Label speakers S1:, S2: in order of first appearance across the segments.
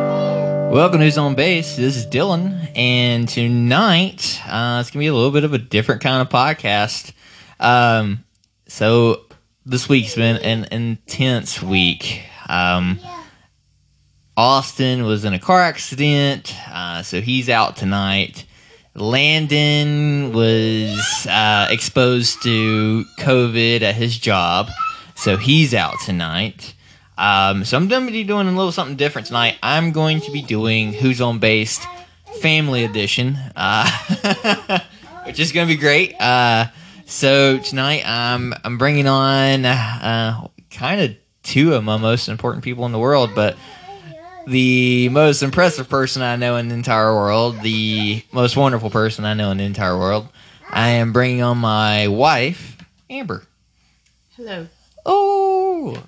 S1: Welcome to Who's on Base. This is Dylan, and tonight uh, it's gonna be a little bit of a different kind of podcast. Um, so this week's been an intense week. Um, Austin was in a car accident, uh, so he's out tonight. Landon was uh, exposed to COVID at his job, so he's out tonight. Um, so I'm going to be doing a little something different tonight. I'm going to be doing Who's on Based Family Edition, uh, which is going to be great. Uh, so tonight I'm I'm bringing on uh, kind of two of my most important people in the world, but the most impressive person I know in the entire world, the most wonderful person I know in the entire world. I am bringing on my wife, Amber.
S2: Hello.
S1: Oh,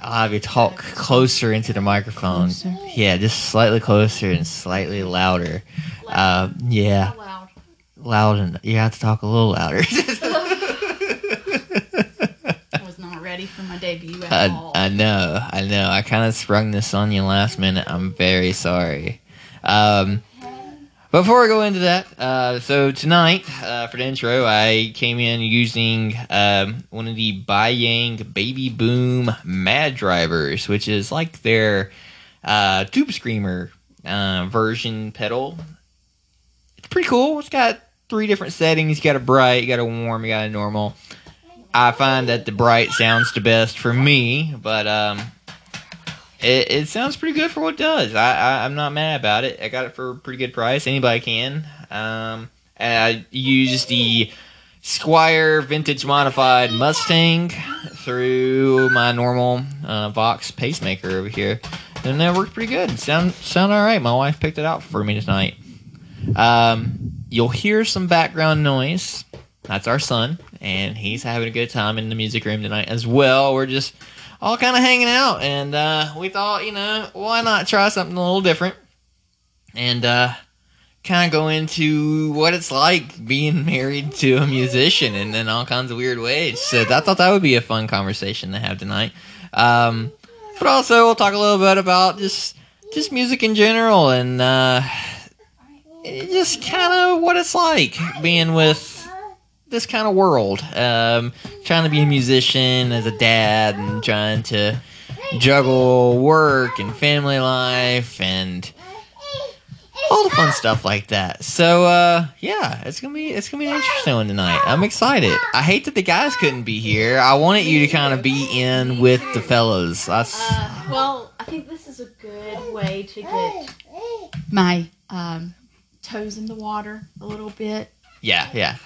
S1: I'll have you talk closer into the microphone.
S2: Closer.
S1: Yeah, just slightly closer and slightly louder. Uh, yeah,
S2: Loud.
S1: loud and you have to talk a little louder.
S2: I was not ready for my debut at
S1: I,
S2: all.
S1: I know, I know. I kind of sprung this on you last minute. I'm very sorry. Um, before I go into that, uh, so tonight uh, for the intro, I came in using um, one of the Baiyang Baby Boom Mad Drivers, which is like their uh, tube screamer uh, version pedal. It's pretty cool. It's got three different settings. You got a bright, you got a warm, you got a normal. I find that the bright sounds the best for me, but um, it, it sounds pretty good for what it does. I, I I'm not mad about it. I got it for a pretty good price. Anybody can. Um, and I used the Squire Vintage Modified Mustang through my normal uh, Vox pacemaker over here, and that worked pretty good. Sound sound all right. My wife picked it out for me tonight. Um, you'll hear some background noise that's our son, and he's having a good time in the music room tonight as well. We're just all kind of hanging out, and uh, we thought, you know, why not try something a little different and uh, kind of go into what it's like being married to a musician and in all kinds of weird ways. So I thought that would be a fun conversation to have tonight. Um, but also, we'll talk a little bit about just just music in general and uh, just kind of what it's like being with this kind of world. Um, trying to be a musician as a dad and trying to juggle work and family life and all the fun stuff like that. So uh, yeah, it's gonna be it's gonna be an interesting one tonight. I'm excited. I hate that the guys couldn't be here. I wanted you to kind of be in with the fellas. That's
S2: uh, well, I think this is a good way to get my um, toes in the water a little bit.
S1: yeah yeah.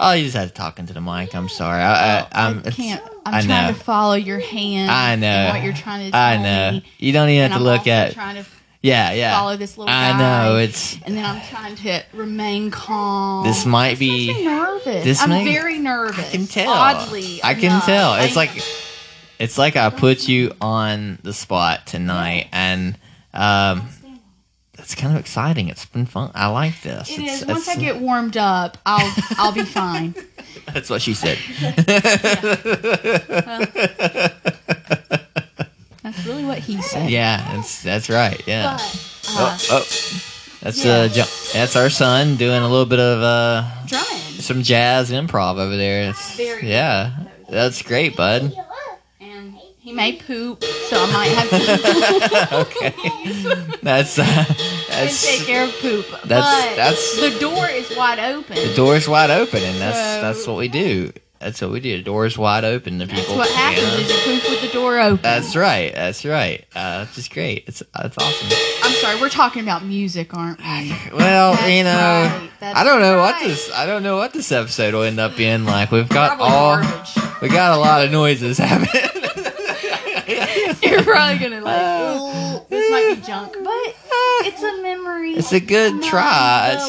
S1: Oh, you just had to talk into the mic. I'm sorry. I, I, I'm
S2: Oh, I can't. I'm
S1: Uh, um, I
S2: trying
S1: know.
S2: to follow your hand.
S1: I know.
S2: And what you're trying to. Tell
S1: I know.
S2: Me.
S1: You don't even
S2: And
S1: have to
S2: I'm
S1: look
S2: also
S1: at.
S2: Trying to
S1: Yeah, yeah.
S2: follow this little
S1: I
S2: guy.
S1: know it's
S2: And then I'm trying to remain calm.
S1: this might
S2: I'm
S1: be
S2: nervous.
S1: this
S2: I'm
S1: may-
S2: very nervous.
S1: I can tell.
S2: Oddly,
S1: I can
S2: enough.
S1: tell. It's
S2: I-
S1: like it's like I put you on the spot tonight and um it's kind of exciting. It's been fun. I like this.
S2: It
S1: It's-
S2: is. Once I
S1: it's-
S2: get warmed up, I'll I'll be fine.
S1: That's what she said.
S2: That's really what he said.
S1: yeah, that's that's right. Yeah.
S2: But uh,
S1: Oh, oh. That's
S2: yeah.
S1: uh, Jo- that's our son doing a little bit of uh,
S2: drumming
S1: some jazz improv over there. It's,
S2: Very
S1: yeah,
S2: good.
S1: that's great, bud.
S2: and he may poop, so I might have to
S1: okay, that's uh,
S2: and
S1: that's
S2: take care of poop.
S1: that's-
S2: but
S1: that's-
S2: the door is wide open.
S1: The door's wide open, and that's
S2: So-
S1: that's what we do. That's what we do. The door's wide open to
S2: That's
S1: people.
S2: what happens
S1: Yeah.
S2: is you poop with the door open.
S1: That's right. That's right. Uh, that's just great. It's that's awesome.
S2: I'm sorry, we're talking about music, aren't we?
S1: Well,
S2: That's
S1: you know,
S2: right, that's
S1: I don't know what
S2: right.
S1: this. I don't know what this episode will end up being like. We've got
S2: Probably
S1: all.
S2: garbage.
S1: We got a lot of noises happening.
S2: You're probably gonna like
S1: Uh,
S2: "Ooh, this might be junk, but it's a memory.
S1: It's a good try at
S2: Nonetheless.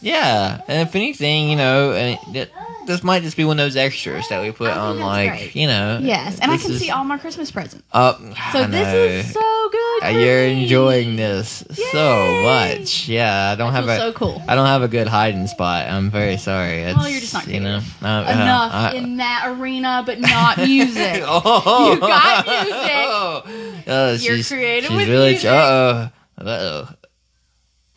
S1: something. Yeah, and if anything, you know, and it, this might just be one of those extras that we put
S2: I think
S1: on,
S2: that's
S1: like
S2: great.
S1: you know.
S2: Yes, and I
S1: this
S2: can
S1: is-
S2: see all my Christmas presents.
S1: Oh,
S2: So
S1: I
S2: this
S1: know.
S2: is so good.
S1: Uh,
S2: for
S1: You're
S2: me.
S1: enjoying this so
S2: Yay!
S1: much. Yeah, I don't
S2: I
S1: have
S2: feel
S1: a.
S2: so cool.
S1: I don't have a good hiding spot. I'm very sorry. It's,
S2: you're just not
S1: you know,
S2: creative
S1: uh, uh,
S2: enough
S1: I-
S2: in that arena, but not music.
S1: oh,
S2: You got music.
S1: Oh,
S2: You're
S1: she's,
S2: creative
S1: she's
S2: with
S1: really.
S2: music.
S1: Uh oh. Uh oh.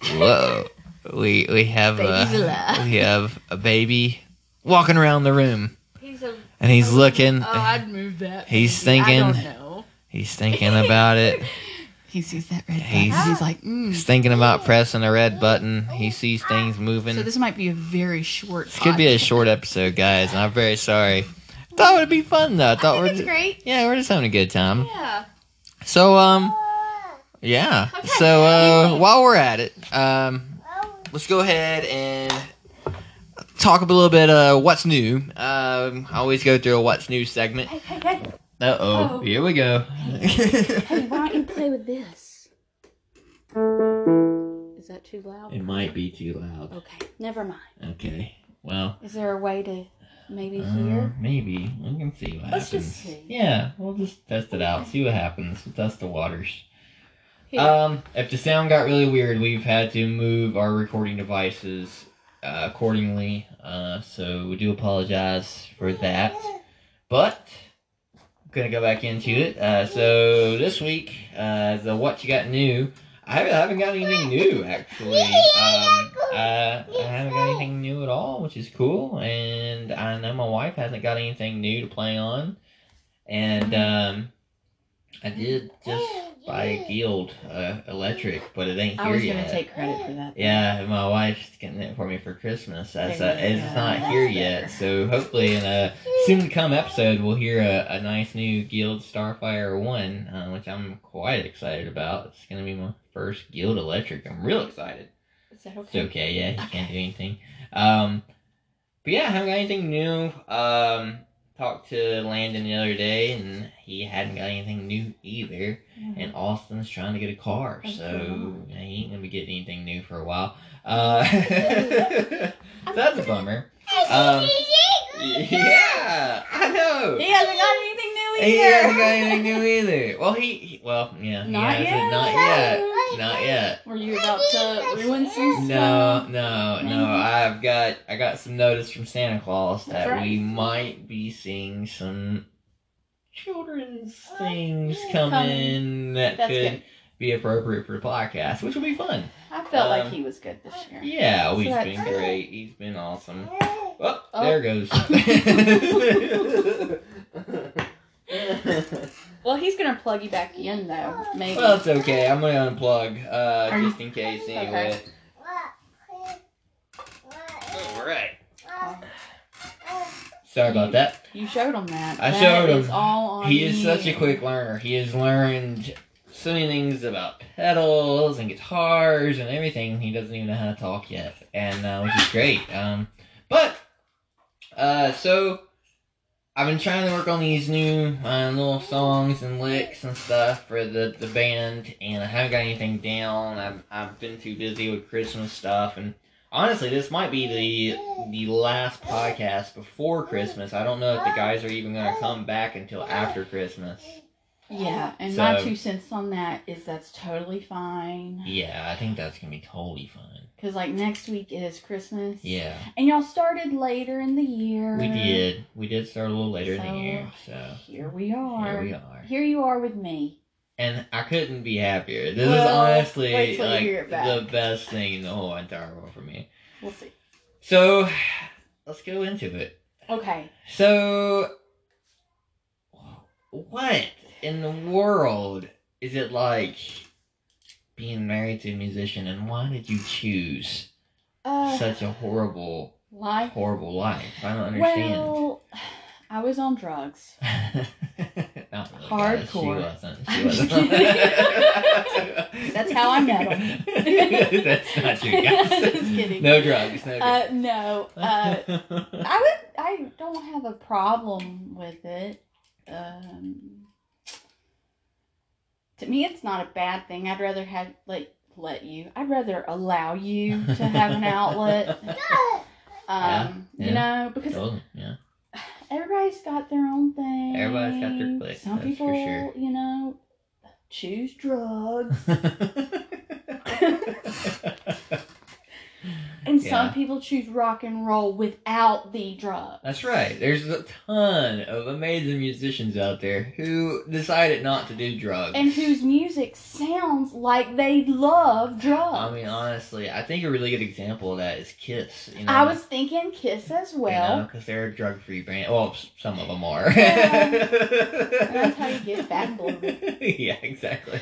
S1: Whoa. We we have
S3: Baby's
S1: a
S3: alive.
S1: we have a baby walking around the room
S3: He's a.
S1: and he's looking
S3: Oh, I'd move that.
S1: He's
S3: maybe. I
S1: thinking-
S3: don't know.
S1: he's thinking about it.
S4: He sees that red button.
S1: He's-
S4: He's, like, mm.
S1: He's thinking about pressing a red button. He sees things moving.
S4: So this might be a very short.
S1: This could be a
S4: podcast.
S1: short episode, guys, and I'm very sorry. Thought it would be fun though. I thought
S3: I
S1: we're
S3: think it's great.
S1: yeah, we're just having a good time.
S3: Yeah.
S1: So um, yeah.
S3: Okay.
S1: So uh, while we're at it, um, let's go ahead and talk a little bit uh what's new. Um, I always go through a what's new segment.
S2: Hey, hey, hey,
S1: Uh oh,
S2: Oh.
S1: here we go.
S2: hey, why don't you play with this? Is that too loud?
S1: it might be too loud.
S2: Okay, never mind.
S1: Okay. Well,
S2: Is there a way to maybe
S1: uh,
S2: hear?
S1: maybe we can see what
S2: Let's
S1: happens.
S2: just see.
S1: Yeah, we'll just test it out. See what happens. Test the waters.
S2: Here.
S1: Um, if the sound got really weird, we've had to move our recording devices uh, accordingly. Uh, so we do apologize for that. But I'm gonna go back into it. Uh, so this week, uh, the what you got new. I haven't, I haven't got anything new actually. Um, uh, I haven't got anything new at all, which is cool. And I know my wife hasn't got anything new to play on. And um, I did just buy a Guild uh, Electric, but it ain't
S4: I
S1: here
S4: was gonna
S1: yet.
S4: take credit for that.
S1: Yeah, and my wife's getting it for me for Christmas. As uh,
S4: There you
S1: it's
S4: go.
S1: not here yet, so hopefully in a soon to come episode, we'll hear a, a nice new Guild Starfire One, uh, which I'm quite excited about. It's gonna be my first Guild Electric. I'm real excited.
S2: Is that
S1: It's
S2: okay?
S1: okay, yeah, you can't
S2: Okay.
S1: do anything. Um, but yeah, I haven't got anything new. Um, talked to Landon the other day, and he hadn't got anything new either. And Austin's trying to get a car,
S2: Mm-hmm. That's
S1: so
S2: cool.
S1: he ain't gonna be getting anything new for a while. Uh, so that's a bummer. Um, yeah, I know.
S2: He hasn't got anything new
S1: He
S2: either.
S1: hasn't got anything new either. Well, he, he well, yeah, he
S2: Not
S1: hasn't.
S2: yet?
S1: Not yet. Not yet.
S2: Were you about to ruin
S1: No,
S2: some stuff?
S1: no,
S2: No.
S1: no. I've got I got some notice from Santa Claus
S2: That's
S1: that
S2: right.
S1: we might be seeing some children's things come
S2: Oh, Coming.
S1: in that
S2: That's
S1: could
S2: good.
S1: be appropriate for the podcast, which will be fun.
S2: I felt
S1: Um,
S2: like he was good this year.
S1: Yeah,
S2: So
S1: well, he's
S2: that's
S1: been
S2: good.
S1: great. He's been awesome. Oh,
S2: Oh.
S1: there goes.
S2: Well, he's gonna plug you back in though. Maybe.
S1: well, it's okay. I'm gonna unplug uh,
S4: Are you-
S1: just in case. Anyway. All right. Sorry about that.
S2: you showed him that.
S1: I
S2: That
S1: showed him.
S2: is all on
S1: He is such a
S2: you.
S1: quick learner. He has learned so many things about pedals and guitars and everything. He doesn't even know how to talk yet, and uh, which is great. Um, but uh, so I've been trying to work on these new uh, little songs and licks and stuff for the, the band, and I haven't got anything down. I've I've been too busy with Christmas stuff, and honestly, this might be the the last podcast before Christmas. I don't know if the guys are even gonna come back until after Christmas.
S2: Yeah, and my
S1: So-
S2: two cents on that is that's totally fine.
S1: Yeah, I think that's gonna be totally fun.
S2: Cause like next week is Christmas.
S1: Yeah,
S2: And y'all started later in the year.
S1: we did. We did start a little later in the year, so
S2: Here we are.
S1: here we are.
S2: Here you are with me.
S1: And I couldn't be happier. This
S2: Well,
S1: is honestly
S2: wait till you
S1: like
S2: hear it back.
S1: the best thing in the whole entire world for me.
S2: We'll see.
S1: So let's go into it.
S2: Okay.
S1: So what in the world is it like being married to a musician and why did you choose
S2: Uh,
S1: such a horrible
S2: life.
S1: horrible life? I don't understand.
S2: Well, I was on drugs.
S1: Not really, guys. She
S2: Hardcore.
S1: wasn't. She
S2: I'm just
S1: wasn't.
S2: kidding. That's how I met him.
S1: That's not true, guys.
S2: Just kidding.
S1: No drugs. No drugs.
S2: Uh, no. Uh, I would. I don't have a problem with it. Um, to me, it's not a bad thing. I'd rather have like let you. I'd rather allow you to have an outlet. Um,
S1: Yeah,
S2: you know, because
S1: Totally, yeah.
S2: everybody's got their own thing.
S1: Everybody's got their place,
S2: Some
S1: that's
S2: people,
S1: for sure.
S2: you know, choose drugs. And
S1: Yeah.
S2: some people choose rock and roll without the drug.
S1: That's right. There's a ton of amazing musicians out there who decided not to do drugs.
S2: And whose music sounds like they love drugs.
S1: I mean, honestly, I think a really good example of that is Kiss. You know,
S2: I was thinking Kiss as well.
S1: because they're a drug-free band. Well, s- some of them are.
S2: Yeah. that's how you get back bloated.
S1: yeah, exactly.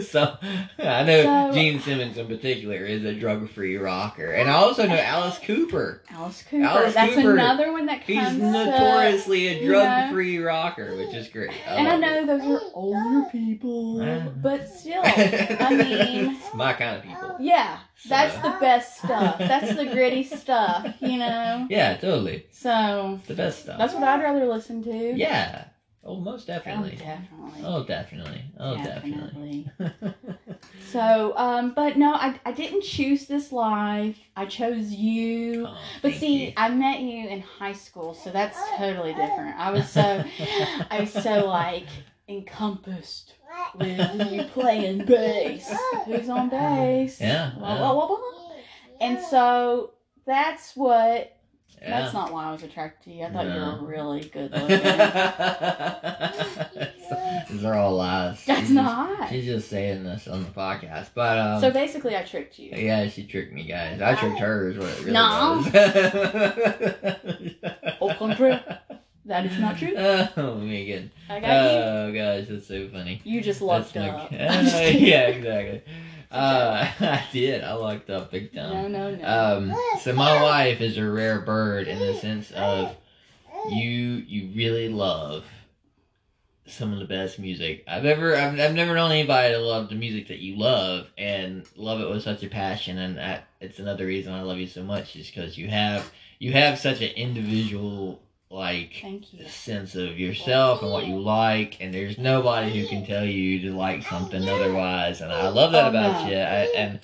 S1: so I know
S2: So-
S1: Gene Simmons in particular is a drug-free rocker, and I also know Alice Cooper.
S2: Alice Cooper.
S1: Alice
S2: That's
S1: Cooper.
S2: another one that
S1: He's
S2: comes up.
S1: notoriously a
S2: you
S1: drug-free rocker, which is great.
S2: And I
S1: love
S2: know
S1: it. Uh-huh.
S2: those are older people,
S1: Yeah.
S2: but still, I mean,
S1: It's my kind of people.
S2: yeah, that's
S1: So-
S2: the best stuff. That's the gritty stuff, you know.
S1: yeah, totally.
S2: So
S1: It's the best stuff.
S2: that's what I'd rather listen to.
S1: yeah. Oh, most
S2: Oh,
S1: definitely.
S2: definitely.
S1: Oh, definitely. Oh, definitely.
S2: So, um, but no, I, I didn't choose this life. I chose you.
S1: Oh,
S2: But
S1: thank
S2: see,
S1: you.
S2: I met you in high school, so that's totally different. I was so, I was so like encompassed with you playing bass. Who's on bass?
S1: yeah,
S2: Blah,
S1: yeah,
S2: blah, blah, blah. And so that's what.
S1: yeah.
S2: That's not why I was attracted to you. I thought you
S1: No.
S2: were really good looking.
S1: These are all lies.
S2: that's
S1: She's
S2: not.
S1: Just, she's just saying this on the podcast, but um.
S2: So Oh. basically, I tricked you.
S1: yeah, she tricked me, guys. I tricked her, is what it really
S2: No.
S1: was.
S2: Au contraire. Oh, That is not true.
S1: Oh, Megan.
S2: I got you.
S1: Oh, gosh, that's so funny.
S2: You just
S1: That's
S2: lucked
S1: no-
S2: up. I'm just
S1: Uh,
S2: kidding.
S1: yeah, exactly. Uh, I did. I locked up big
S2: No,
S1: time.
S2: no, no.
S1: Um, so my wife is a rare bird in the sense of you you really love some of the best music I've ever I've, I've never known anybody to love the music that you love and love it with such a passion and that it's another reason I love you so much is because you have you have such an individual like
S2: Thank you.
S1: sense of yourself and what you like, and there's nobody who can tell you to like something otherwise. And I love that
S2: Oh,
S1: about
S2: no.
S1: you. I, and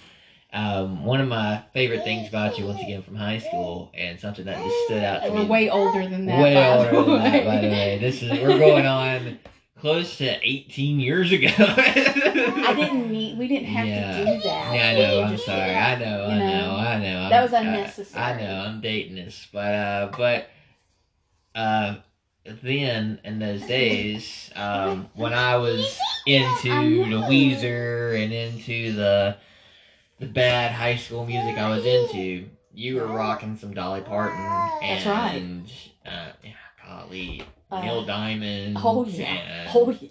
S1: um, one of my favorite things about you, once again from high school, and something that just stood out to
S4: We're
S1: me
S4: way older than that.
S1: way
S4: by the
S1: older than
S4: way.
S1: that, by the way. This is we're going on close to 18 years ago.
S2: I didn't need. We didn't have
S1: Yeah.
S2: to do that.
S1: Yeah, I
S2: We
S1: know. I'm
S2: just-
S1: sorry. I know. I
S2: You
S1: know.
S2: know?
S1: I know. I'm, uh,
S2: That was
S1: I-
S2: unnecessary.
S1: I, know. I'm dating this, but uh, but uh, then in those days, um, when I was into the Weezer and into the the bad high school music I was into, you were rocking some Dolly Parton and
S2: That's right.
S1: uh, yeah, golly,
S2: Uh,
S1: Neil Diamond.
S2: Oh yeah.
S1: and
S2: Oh yeah.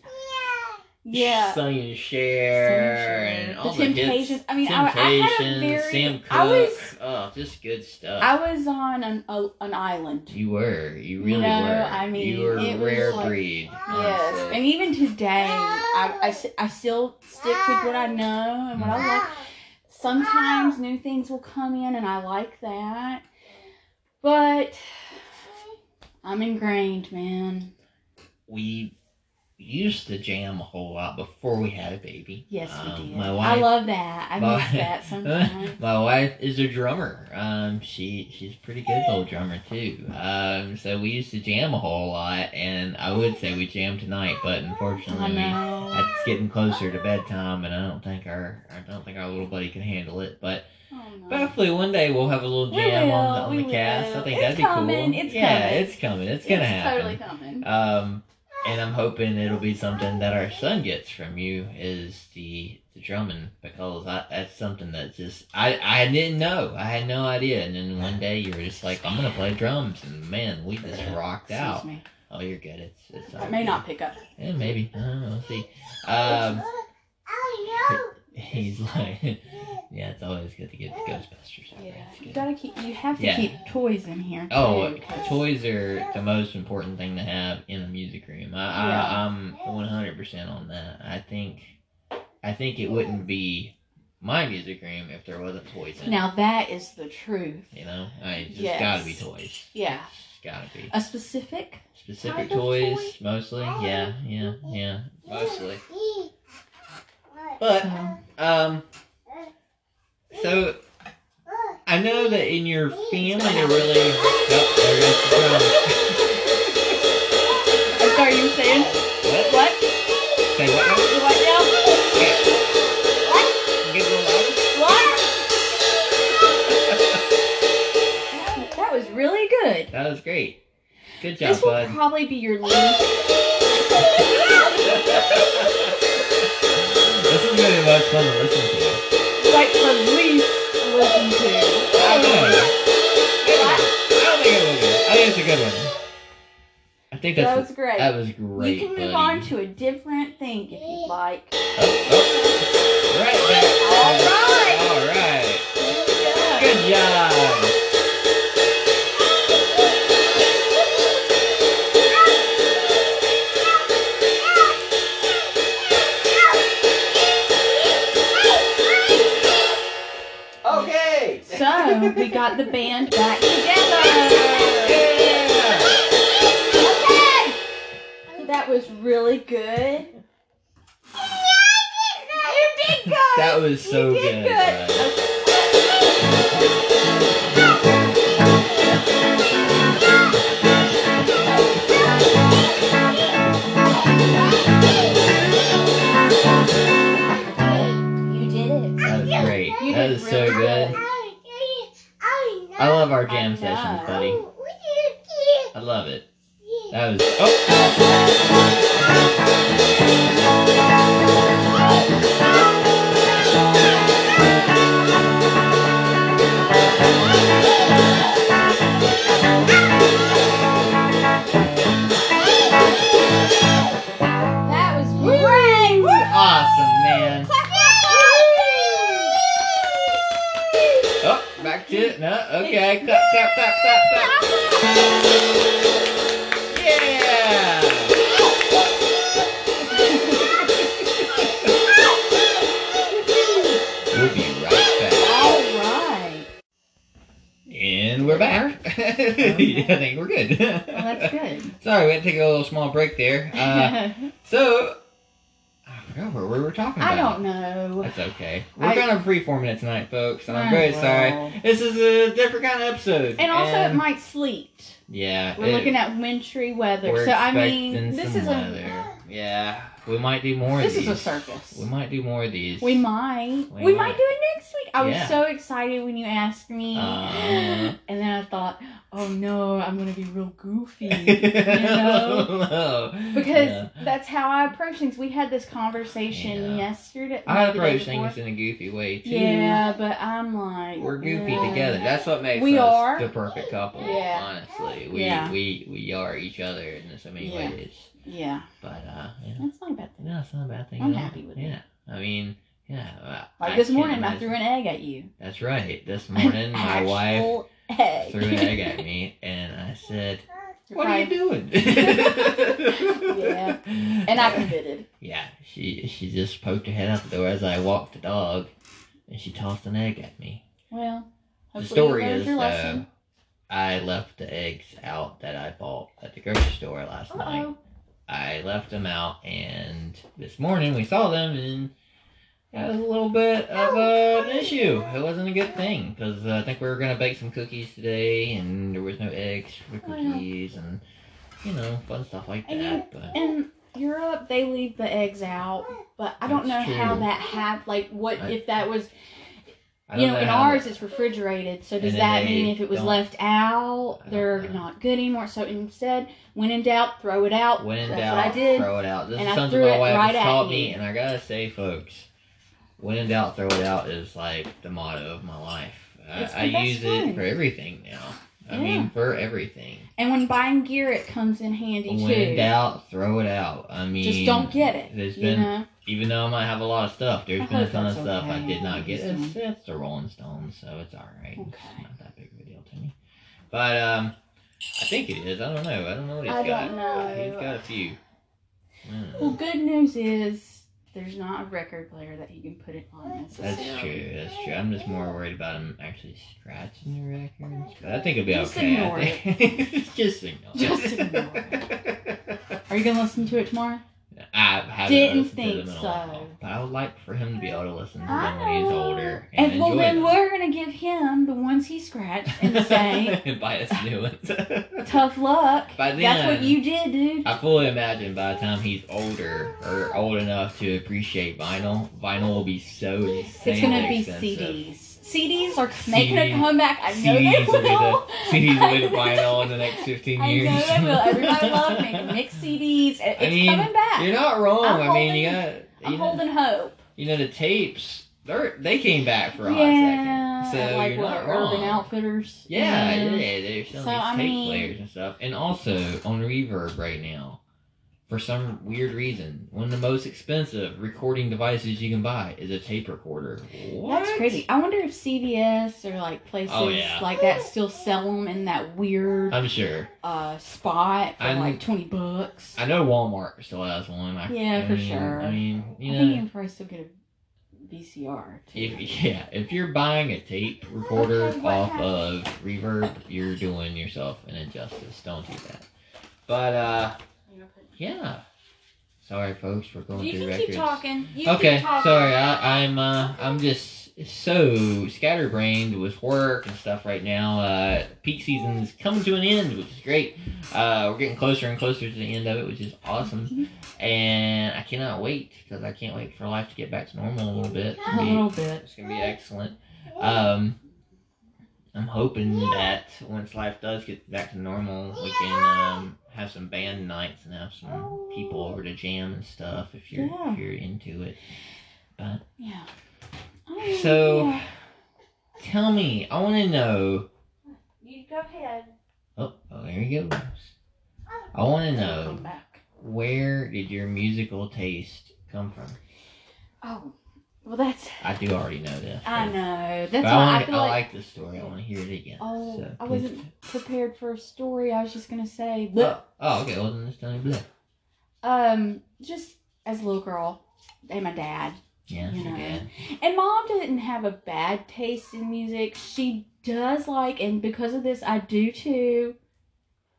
S2: Yeah.
S1: Sonny and
S2: Sonny
S1: Cher
S2: and Cher.
S1: and all
S2: The
S1: the, good-
S2: Temptations. I mean, I- I had a
S1: Temptations,
S2: very-
S1: Sam Cooke.
S2: I was-
S1: oh, just good stuff.
S2: I was on an a, an island.
S1: you were, you really
S2: No,
S1: were.
S2: I mean,
S1: you were a
S2: it was
S1: rare
S2: like-
S1: breed.
S2: Yes.
S1: honestly.
S2: And even today, I, I s- I still stick with what I know and what I like. Sometimes new things will come in, and I like that. But I'm ingrained, man.
S1: we used to jam a whole lot before we had a baby.
S2: Yes, we
S1: Um,
S2: did.
S1: My
S2: I
S1: wife
S2: love that. I
S1: my-
S2: miss that sometimes.
S1: My wife is a drummer. Um, she she's a pretty good little drummer too. Um, so we used to jam a whole lot, and I would say we jammed tonight, but
S2: I
S1: unfortunately, we,
S2: know.
S1: it's getting closer to bedtime, and I don't think our I don't think our little buddy can handle it. But
S2: Oh, no.
S1: but hopefully one day we'll have a little
S2: We
S1: jam on the,
S2: will,
S1: on
S2: we
S1: the cast. I
S2: will.
S1: think
S2: It's
S1: that'd be
S2: coming,
S1: cool.
S2: it's
S1: yeah,
S2: coming.
S1: it's coming. It's gonna
S2: it's
S1: happen.
S2: totally coming.
S1: Um, and I'm hoping it'll be something that our son gets from you is the the drumming because I, that's something that just I I didn't know I had no idea and then one day you were just like I'm gonna play drums and man we just rocked
S2: Excuse
S1: out
S2: me.
S1: oh you're good it's it's
S2: I may not pick up.
S1: yeah maybe I don't know we'll see um he's like yeah it's always good to get the Ghostbusters out
S2: Yeah,
S1: there. It's
S2: you
S1: good.
S2: gotta keep. You have to
S1: Yeah.
S2: keep toys in here. Too,
S1: Oh,
S2: 'cause-
S1: toys are the most important thing to have in a music room. I,
S2: Yeah.
S1: I I'm 100 percent on that. I think I think it wouldn't be my music room if there wasn't toys in
S2: Now that is the truth.
S1: it. You know, I it's just
S2: Yes.
S1: gotta be toys.
S2: Yeah,
S1: It's gotta be
S2: a specific.
S1: specific
S2: Kind of
S1: toys
S2: toy?
S1: mostly. Yeah, yeah, yeah, mostly.
S4: So,
S1: But um, so I know that in your family they're really. Oh, there goes the drum.
S2: I'm sorry, you were saying
S1: What?
S2: what?
S1: Say what? now?
S2: You what now?
S1: Get a little louder.
S2: What?
S1: God.
S2: probably be your least.
S1: This is gonna be much fun to listen to.
S2: Like the least listened to.
S1: I don't know. I don't think it was good. I think it's a good one. I think that's
S2: That was great.
S1: that was great.
S2: you can move
S1: buddy.
S2: on to a different thing if you'd like.
S1: Oh, oh. Right back.
S2: All right.
S1: All right. Good job. Okay.
S2: So we got the band back together.
S1: Yeah.
S2: That was really good. You did good.
S1: That was so
S2: you
S1: good.
S2: did good.
S1: bud.
S2: You did it.
S1: That was great.
S2: You
S1: That
S2: did
S1: was so
S2: really
S1: good.
S2: good.
S1: I love our
S2: I
S1: jam
S2: know.
S1: sessions, buddy. I love it.
S5: Yeah.
S1: That was. Oh.
S2: That was great.
S1: Awesome, man. Oh, back to it. No, okay. Clap, clap, clap, clap, clap. Yeah. We'll be right back.
S2: All right.
S1: And we're back. I think we're good.
S2: Well, that's good.
S1: Sorry, we had to take a little small break there. Uh, so, I forgot what we were talking about.
S2: I don't know.
S1: That's okay. We're
S2: I-
S1: kind of freeforming it tonight, folks, and I'm
S2: I
S1: very
S2: will.
S1: sorry. This is a different kind of episode.
S2: And also, it might sleep.
S1: Yeah.
S2: We're
S1: it-
S2: looking at wintry weather.
S1: we're
S2: so I
S1: expecting
S2: mean, this
S1: some
S2: is a
S1: weather. Yeah. We might do more
S2: this
S1: of
S2: is
S1: these.
S2: a circus.
S1: We might do more of these.
S2: We might.
S1: We
S2: We,
S1: might.
S2: might. do it next week. I
S1: Yeah.
S2: was so excited when you asked me.
S1: Uh.
S2: and then I thought, oh no, I'm going to be real goofy.
S1: know?
S2: Because that's how I approach things. We had this conversation
S1: Yeah.
S2: yesterday.
S1: I
S2: no, the day
S1: approach
S2: before.
S1: things in a goofy way too.
S2: Yeah, but I'm like.
S1: We're goofy
S2: yeah.
S1: together. That's what makes
S2: We
S1: us
S2: are.
S1: the perfect couple.
S2: Yeah.
S1: Honestly, we
S2: Yeah.
S1: we we are each other in so many
S2: Yeah.
S1: ways.
S2: Yeah.
S1: But uh, yeah.
S2: That's not a bad thing.
S1: No, it's not a bad thing.
S2: I'm
S1: at all.
S2: happy with it.
S1: yeah. I mean, yeah. uh,
S2: Like
S1: I
S2: this
S1: can't
S2: morning, I
S1: imagine-
S2: threw an egg at you.
S1: That's right. This morning, my wife
S2: Actual egg.
S1: threw an egg at me, and I said, "What are you
S2: Right.
S1: doing?"
S2: Yeah. And I committed.
S1: Yeah. She she just poked her head out the door as I walked the dog, and she tossed an egg at me.
S2: Well,
S1: the
S2: hopefully
S1: story
S2: you learned
S1: is
S2: your
S1: though,
S2: lesson.
S1: I left the eggs out that I bought at the grocery store last night.
S2: Uh-oh.
S1: I left them out, and this morning we saw them, and that was a little bit of uh, an issue. It wasn't a good thing because uh, I think we were gonna bake some cookies today, and there was no eggs for
S2: Oh, yeah.
S1: cookies, and you know, fun stuff like
S2: And
S1: that. But
S2: In Europe, they leave the eggs out, but I don't
S1: That's
S2: know how
S1: true.
S2: that happened. Like, what
S1: I-
S2: if that was?
S1: I
S2: You
S1: don't
S2: know, in
S1: how-
S2: ours it's refrigerated. So does
S1: then
S2: that
S1: they
S2: mean if it was
S1: don't-
S2: left out,
S1: I don't
S2: they're
S1: know.
S2: not good anymore? So instead, when in doubt, throw it out.
S1: When in
S2: That's
S1: doubt,
S2: what I did.
S1: throw it out. This
S2: And
S1: is
S2: I
S1: something
S2: threw
S1: my
S2: it
S1: wife
S2: right
S1: has
S2: at
S1: taught me,
S2: you.
S1: and I gotta say, folks, when in doubt, throw it out is like the motto of my life. I,
S2: It's the
S1: I
S2: best
S1: use it
S2: one.
S1: for everything now. I
S2: Yeah.
S1: mean, for everything.
S2: And when buying gear, it comes in handy
S1: When
S2: too.
S1: in doubt, throw it out. I mean,
S2: Just don't get it.
S1: There's
S2: you
S1: been,
S2: know,
S1: even though I might have a lot of stuff, there's
S2: I
S1: been a
S2: hope
S1: ton of
S2: that's
S1: stuff I
S2: okay.
S1: did not get. It's,
S2: Just
S1: it's the Rolling Stones, so it's all right. It's
S2: Okay.
S1: not that big of a deal to me. But um, I think it is. I don't know. I don't know what he's
S2: I
S1: got.
S2: don't know.
S1: He's got a few. Hmm. I don't know.
S2: Well, good news is there's not a record player that you can put it on.
S1: That's
S2: necessarily.
S1: true. That's true. I'm just more worried about him actually scratching the records. But I think it'll be
S2: Just
S1: okay.
S2: ignore
S1: I think. just ignore.
S2: Just
S1: ignore.
S2: ignore Are you gonna listen to it tomorrow?
S1: I haven't
S2: Didn't
S1: listened to
S2: think
S1: them in a
S2: so.
S1: while, but I would like for him to be able to listen to them when he's
S2: Oh.
S1: older and,
S2: And well,
S1: enjoy
S2: then
S1: them.
S2: we're gonna give him the ones he scratched and say,
S1: and buy us new ones.
S2: "Tough luck."
S1: By
S2: That's what
S1: then-
S2: you did, dude.
S1: I fully imagine by the time he's older or old enough to appreciate vinyl, vinyl will be so
S2: it's
S1: insanely
S2: gonna be
S1: expensive.
S2: CDs. CDs are making a
S1: CD
S2: comeback. I know they
S1: CDs will be the-
S2: will.
S1: CDs
S2: I
S1: will be the
S2: know-
S1: vinyl in the next 15
S2: I
S1: years.
S2: know they will. Everybody loves making mix CDs. It- It's
S1: I mean,
S2: coming back.
S1: You're not wrong.
S2: I'm
S1: I mean, you got.
S2: holding- I'm
S1: You know,
S2: holding hope.
S1: you know the tapes. They're they came back for a
S2: yeah,
S1: hot second. So
S2: like
S1: you're
S2: what
S1: not
S2: Urban
S1: wrong.
S2: Outfitters.
S1: Yeah, yeah,
S2: and-
S1: they're selling
S2: So,
S1: these
S2: I
S1: tape
S2: mean-
S1: players and stuff. And also on reverb right now, for some weird reason, one of the most expensive recording devices you can buy is a tape recorder. What?
S2: That's crazy. I wonder if CVS or like places
S1: Oh, yeah.
S2: like that still sell them in that weird
S1: I'm sure.
S2: uh, spot for
S1: I'm-
S2: like twenty bucks.
S1: I know Walmart still has one. I,
S2: Yeah,
S1: I
S2: for
S1: mean-
S2: sure.
S1: I mean, you
S2: I
S1: know,
S2: think you can probably still get a VCR. Too.
S1: If, yeah, if you're buying a tape recorder
S3: Okay, what
S1: off
S3: happened?
S1: of Reverb, you're doing yourself an injustice. Don't do that. But uh, yeah. Sorry, folks, we're going
S2: You
S1: through
S2: can
S1: records.
S2: keep talking. You
S1: okay,
S2: keep talking.
S1: sorry. I, I'm uh, I'm just so scatterbrained with work and stuff right now. Uh, peak season is coming to an end, which is great. Uh, we're getting closer and closer to the end of it, which is awesome.
S2: Mm-hmm.
S1: And I cannot wait because I can't wait for life to get back to normal in a little bit. to
S2: A
S1: be-
S2: little bit.
S1: it's gonna be excellent. Um, I'm hoping that once life does get back to normal, we can um, have some band nights and have some people over to jam and stuff if you're
S2: Yeah.
S1: if you're into it.
S2: Yeah. Oh,
S1: So-
S2: yeah.
S1: Tell me, I want to know.
S3: You go ahead.
S1: Oh, oh, there he goes. I want to
S2: Come
S1: know
S2: back.
S1: where did your musical taste come from?
S2: Oh, well, that's.
S1: I do already know this.
S2: I know.
S1: But
S2: That's why
S1: I, wanna,
S2: I feel
S1: I
S2: like.
S1: like this story. I want to hear it again.
S2: Oh,
S1: So,
S2: I
S1: please-
S2: wasn't prepared for a story. I was just gonna say,
S1: Oh, oh, okay. Well, then it's Tony Blair.
S2: um, just as a little girl, and my dad
S1: Yeah,
S2: You know.
S1: okay.
S2: and mom didn't have a bad taste in music. She does like, and because of this, I do too.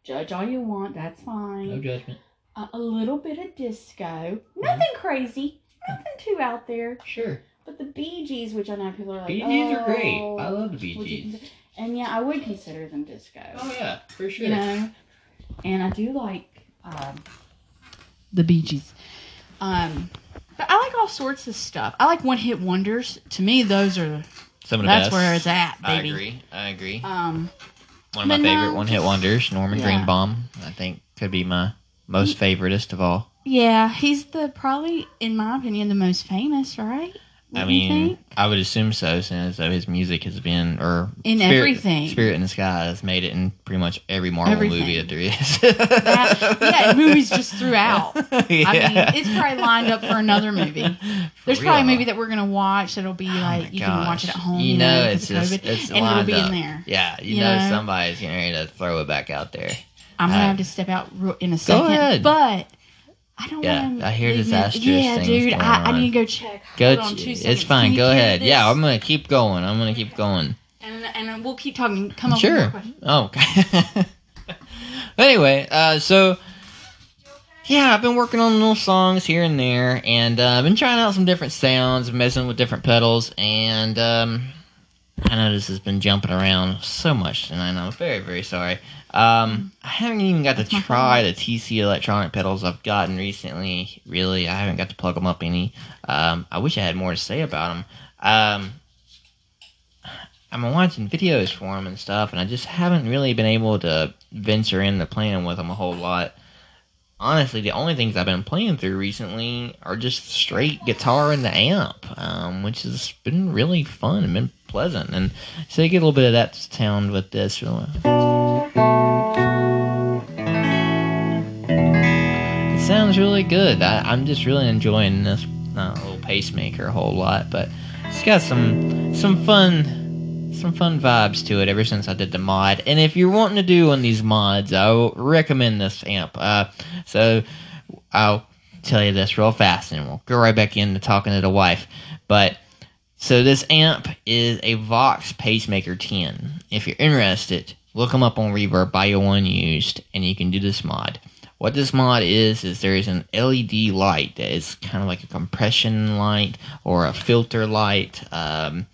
S2: Judge all you want. That's
S1: No
S2: fine.
S1: judgment.
S2: A, a little bit of disco.
S1: Mm-hmm.
S2: Nothing crazy. Nothing too out there.
S1: Sure.
S2: But the Bee Gees, which I know people are like,
S1: Bee Gees are great.
S2: "Oh,
S1: I love the Bee
S2: would you
S1: Gees.
S2: consider-" and yeah, I would consider them disco.
S1: Oh yeah, for sure.
S2: you know. And I do like um,
S4: The Bee Gees. Um, but I like all sorts of stuff. I like one hit wonders. To me, those are
S1: Some of the
S4: that's
S1: best.
S4: where it's at,
S1: I
S4: baby.
S1: agree. I agree.
S4: Um,
S1: One of
S4: but
S1: my
S4: no,
S1: favorite one-hit
S4: just-
S1: wonders, Norman
S4: Yeah. Mm-hmm.
S1: Greenbaum. I think could be my most favoritist of all.
S4: yeah, he's the probably, in my opinion, the most famous, right?
S1: I
S4: Wouldn't you
S1: mean,
S4: think?
S1: I would assume so, since though his music has been or
S4: in
S1: Spirit-
S4: everything.
S1: Spirit in the Sky has made it in pretty much every Marvel movie that
S4: Everything.
S1: there is.
S4: That- yeah, movies just throughout.
S1: Yeah.
S4: it's probably lined up for another movie.
S1: For
S4: There's probably a
S1: real.
S4: movie that we're gonna watch that'll be
S1: Oh my
S4: like you can watch it at
S1: gosh.
S4: home.
S1: You know, it's
S4: 'cause of
S1: just
S4: COVID,
S1: it's
S4: and it'll
S1: lined
S4: be
S1: up.
S4: in there.
S1: Yeah, you,
S4: you
S1: know,
S4: know?
S1: somebody's getting ready to throw it back out there.
S4: I'm gonna
S1: Uh,
S4: have to step out ro- in a second,
S1: ahead.
S4: but I don't.
S1: Yeah,
S4: want
S1: I hear disastrous
S4: Yeah,
S1: things
S4: dude,
S1: going
S4: I,
S1: on.
S4: I need to go check.
S1: Go,
S4: Hold on two seconds.
S1: it's
S4: Can
S1: fine.
S4: you
S1: Go
S4: hear
S1: ahead.
S4: this?
S1: Yeah, I'm gonna keep going. I'm gonna keep going.
S4: and and then we'll keep talking. Come on,
S1: Sure. Oh, okay. anyway, uh, so yeah, I've been working on little songs here and there, and uh, I've been trying out some different sounds, messing with different pedals, and um, I know this has been jumping around so much tonight. and I'm very, very sorry. Um, I haven't even got to
S4: my
S1: try the TC electronic pedals I've gotten recently. Really, I haven't got to plug them up any. Um, I wish I had more to say about them. Um, I've been watching videos for them and stuff, and I just haven't really been able to venture into playing with them a whole lot. Honestly, the only things I've been playing through recently are just straight guitar and the amp, um, which has been really fun and been pleasant. And so you get a little bit of that sound with this. really. It sounds really good. I, I'm just really enjoying this uh, little pacemaker a whole lot, but it's got some some fun some fun vibes to it ever since I did the mod. And if you're wanting to do one of these mods, I will recommend this amp. Uh, so I'll tell you this real fast, and we'll go right back into talking to the wife. But so this amp is a Vox Pacemaker 10. If you're interested, look them up on Reverb, buy you one used, and you can do this mod. What this mod is is there is an LED light that is kind of like a compression light or a filter light. Um,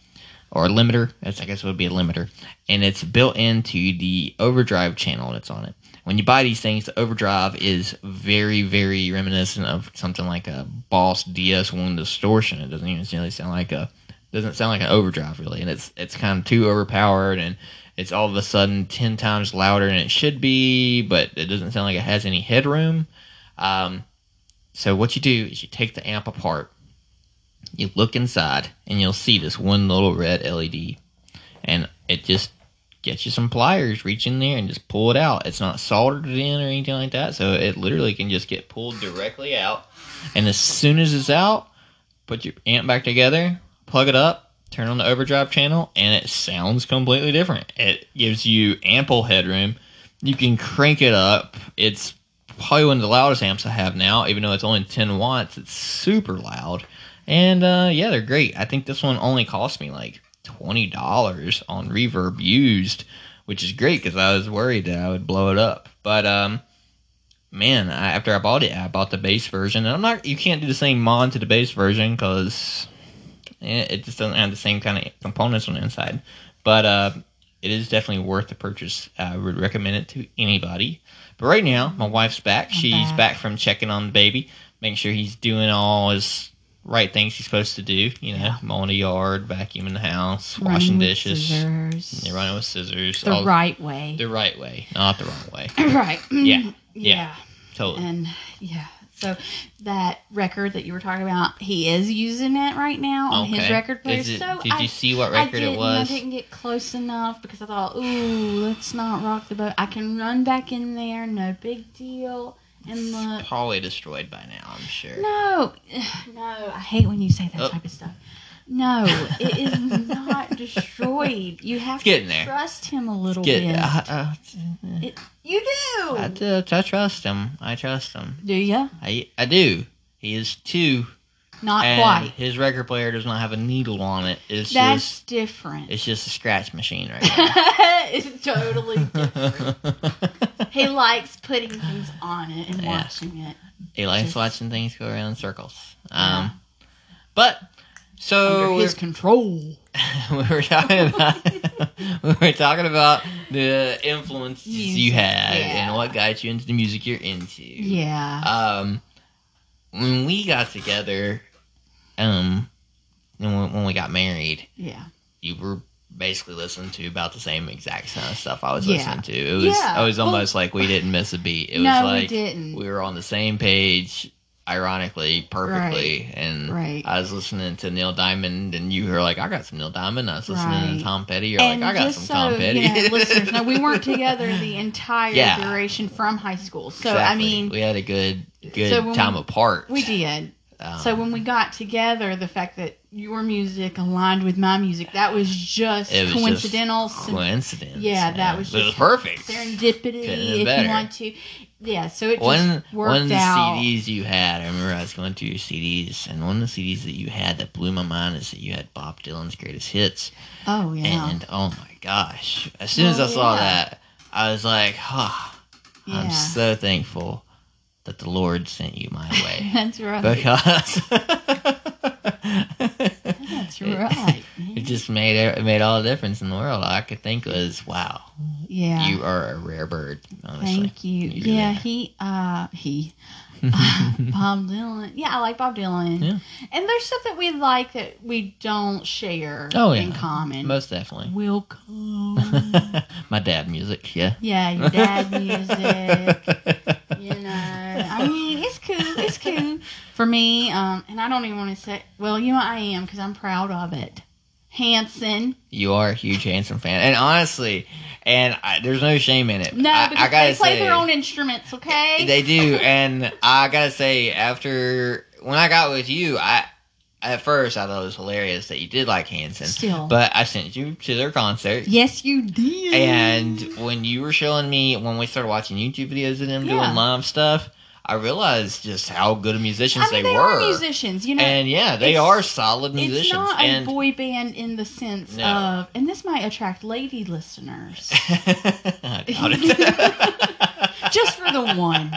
S1: or a limiter. That's I guess would be a limiter, and it's built into the overdrive channel that's on it. When you buy these things, the overdrive is very, very reminiscent of something like a Boss DS1 distortion. It doesn't even really sound like a Doesn't sound like an overdrive really, and it's it's kind of too overpowered, and it's all of a sudden ten times louder than it should be, but it doesn't sound like it has any headroom. Um, so what you do is you take the amp apart, you look inside, and you'll see this one little red LED, and it just get you some pliers, reach in there, and just pull it out. It's not soldered in or anything like that, so it literally can just get pulled directly out. And as soon as it's out, put your amp back together, plug it up, turn on the overdrive channel, and it sounds completely different. It gives you ample headroom. You can crank it up. It's probably one of the loudest amps I have now, even though it's only 10 watts. It's super loud. And uh, yeah, they're great. I think this one only cost me like twenty dollars on Reverb used, which is great because I was worried that I would blow it up. But um, man, I, after I bought it, I bought the bass version, and I'm not. You can't do the same mod to the bass version because it, it just doesn't have the same kind of components on the inside. But uh, it is definitely worth the purchase. I would recommend it to anybody. But right now, my wife's back. She's
S2: back.
S1: back from checking on the baby, making sure he's doing all his right things he's supposed to do. You know, mowing the yard, vacuuming the house,
S2: Running
S1: washing
S2: with
S1: dishes.
S2: scissors.
S1: You're running with scissors.
S2: the
S1: all-
S2: right Um, way.
S1: the right way, not the wrong way.
S2: right.
S1: Yeah.
S2: Yeah.
S1: Totally.
S2: And yeah. So that record that you were talking about, he is using it right now on oh, his
S1: Okay.
S2: record player.
S1: Is it-
S2: so
S1: did
S2: I,
S1: you see what
S2: I
S1: record
S2: didn't,
S1: it was?
S2: I didn't get close enough because I thought, ooh, let's not rock the boat. I can run back in there, no big deal. And look,
S1: It's probably destroyed by now, I'm sure.
S2: no, no, I hate when you say that
S1: Oh.
S2: type of stuff. No, it is not destroyed. You have
S1: It's getting
S2: to
S1: there.
S2: trust him a little
S1: Get,
S2: bit.
S1: uh, I, I-
S2: You do.
S1: I do- I trust him. I trust him.
S2: do you?
S1: I, I do. He is two,
S2: Not
S1: and
S2: quite.
S1: his record player does not have a needle on it. It's
S2: That's
S1: just
S2: different.
S1: it's just a scratch machine right now.
S2: it's totally different. he likes putting things on it and
S1: Yeah.
S2: watching it.
S1: he likes
S2: Just-
S1: watching things go around in circles. Um,
S2: Yeah.
S1: but so
S2: Uh-huh. under
S1: we're-
S2: his control.
S1: we were talking about we were talking about the influences you
S2: Music,
S1: had
S2: yeah.
S1: and what got you into the music you're into.
S2: Yeah.
S1: Um, when we got together, um, and when, when we got married,
S2: yeah.
S1: you were basically listening to about the same exact kind of stuff I was
S2: Yeah.
S1: listening to. It was
S2: Yeah,
S1: I was
S2: well-
S1: almost like we didn't miss a beat. It
S2: no,
S1: was
S2: we
S1: like
S2: didn't.
S1: we were on the same page, ironically, perfectly, and
S2: right.
S1: I was listening to Neil Diamond, and you were like, "I got some Neil Diamond." I was listening
S2: Right.
S1: to Tom Petty. You're
S2: And
S1: like, "I got
S2: just
S1: some Tom
S2: so,
S1: Petty."
S2: You know, listeners, no, we weren't together the entire
S1: Yeah.
S2: duration from high school. So I
S1: Exactly.
S2: mean,
S1: we had a good good
S2: So when
S1: time
S2: we-
S1: apart.
S2: we did.
S1: Um,
S2: so when we got together, the fact that your music aligned with my music, that was just
S1: It was just
S2: coincidental. syn-
S1: coincidence,
S2: Yeah, that
S1: man.
S2: was
S1: But it was
S2: just
S1: perfect.
S2: serendipity,
S1: Couldn't have
S2: if
S1: better.
S2: you want to. Yeah. So it
S1: One
S2: just worked
S1: one of the
S2: out.
S1: CDs you had, I remember I was going through your CDs, and one of the CDs that you had that blew my mind is that you had Bob Dylan's greatest hits,
S2: Oh yeah.
S1: and oh my gosh, as soon as I
S2: Well,
S1: saw
S2: yeah.
S1: that, I was like, "Huh,
S2: Yeah.
S1: I'm so thankful that the Lord sent you my way."
S2: That's right.
S1: because it-
S2: That's right.
S1: It just made e, it made all the difference in the world. All I could think was, "Wow,
S2: yeah.
S1: you are a rare bird." Honestly,
S2: Thank you.
S1: You really
S2: yeah,
S1: are.
S2: he uh he Bob Dylan. Yeah, I like Bob Dylan.
S1: Mm-hmm. Yeah.
S2: And there's stuff that we like that we don't share
S1: Oh,
S2: in
S1: yeah.
S2: common.
S1: most definitely.
S2: Wilco.
S1: My dad music, yeah.
S2: yeah, your Mm-hmm. dad music. You know, I mean, it's cool. It's cool for me. Um, and I don't even want to say. Well, you know, I am because I'm proud of it. Hanson.
S1: you are a huge handsome fan, and honestly, and I, there's no shame in it.
S2: No,
S1: I,
S2: because
S1: I gotta
S2: they play
S1: say,
S2: their own instruments. Okay.
S1: They do, and I gotta say, after when I got with you, I at first I thought it was hilarious that you did like Hanson,
S2: still.
S1: but I sent you to their concert.
S2: yes, you did.
S1: And when you were showing me when we started watching YouTube videos of them
S2: Yeah.
S1: doing live stuff, I realized just how good of musicians
S2: I mean,
S1: they,
S2: they
S1: were.
S2: are musicians. You know,
S1: and yeah, they
S2: it's-
S1: are solid
S2: It's
S1: musicians.
S2: not
S1: and
S2: a boy band in the sense
S1: No.
S2: of, and this might attract lady listeners.
S1: I doubt it.
S2: Just for the one.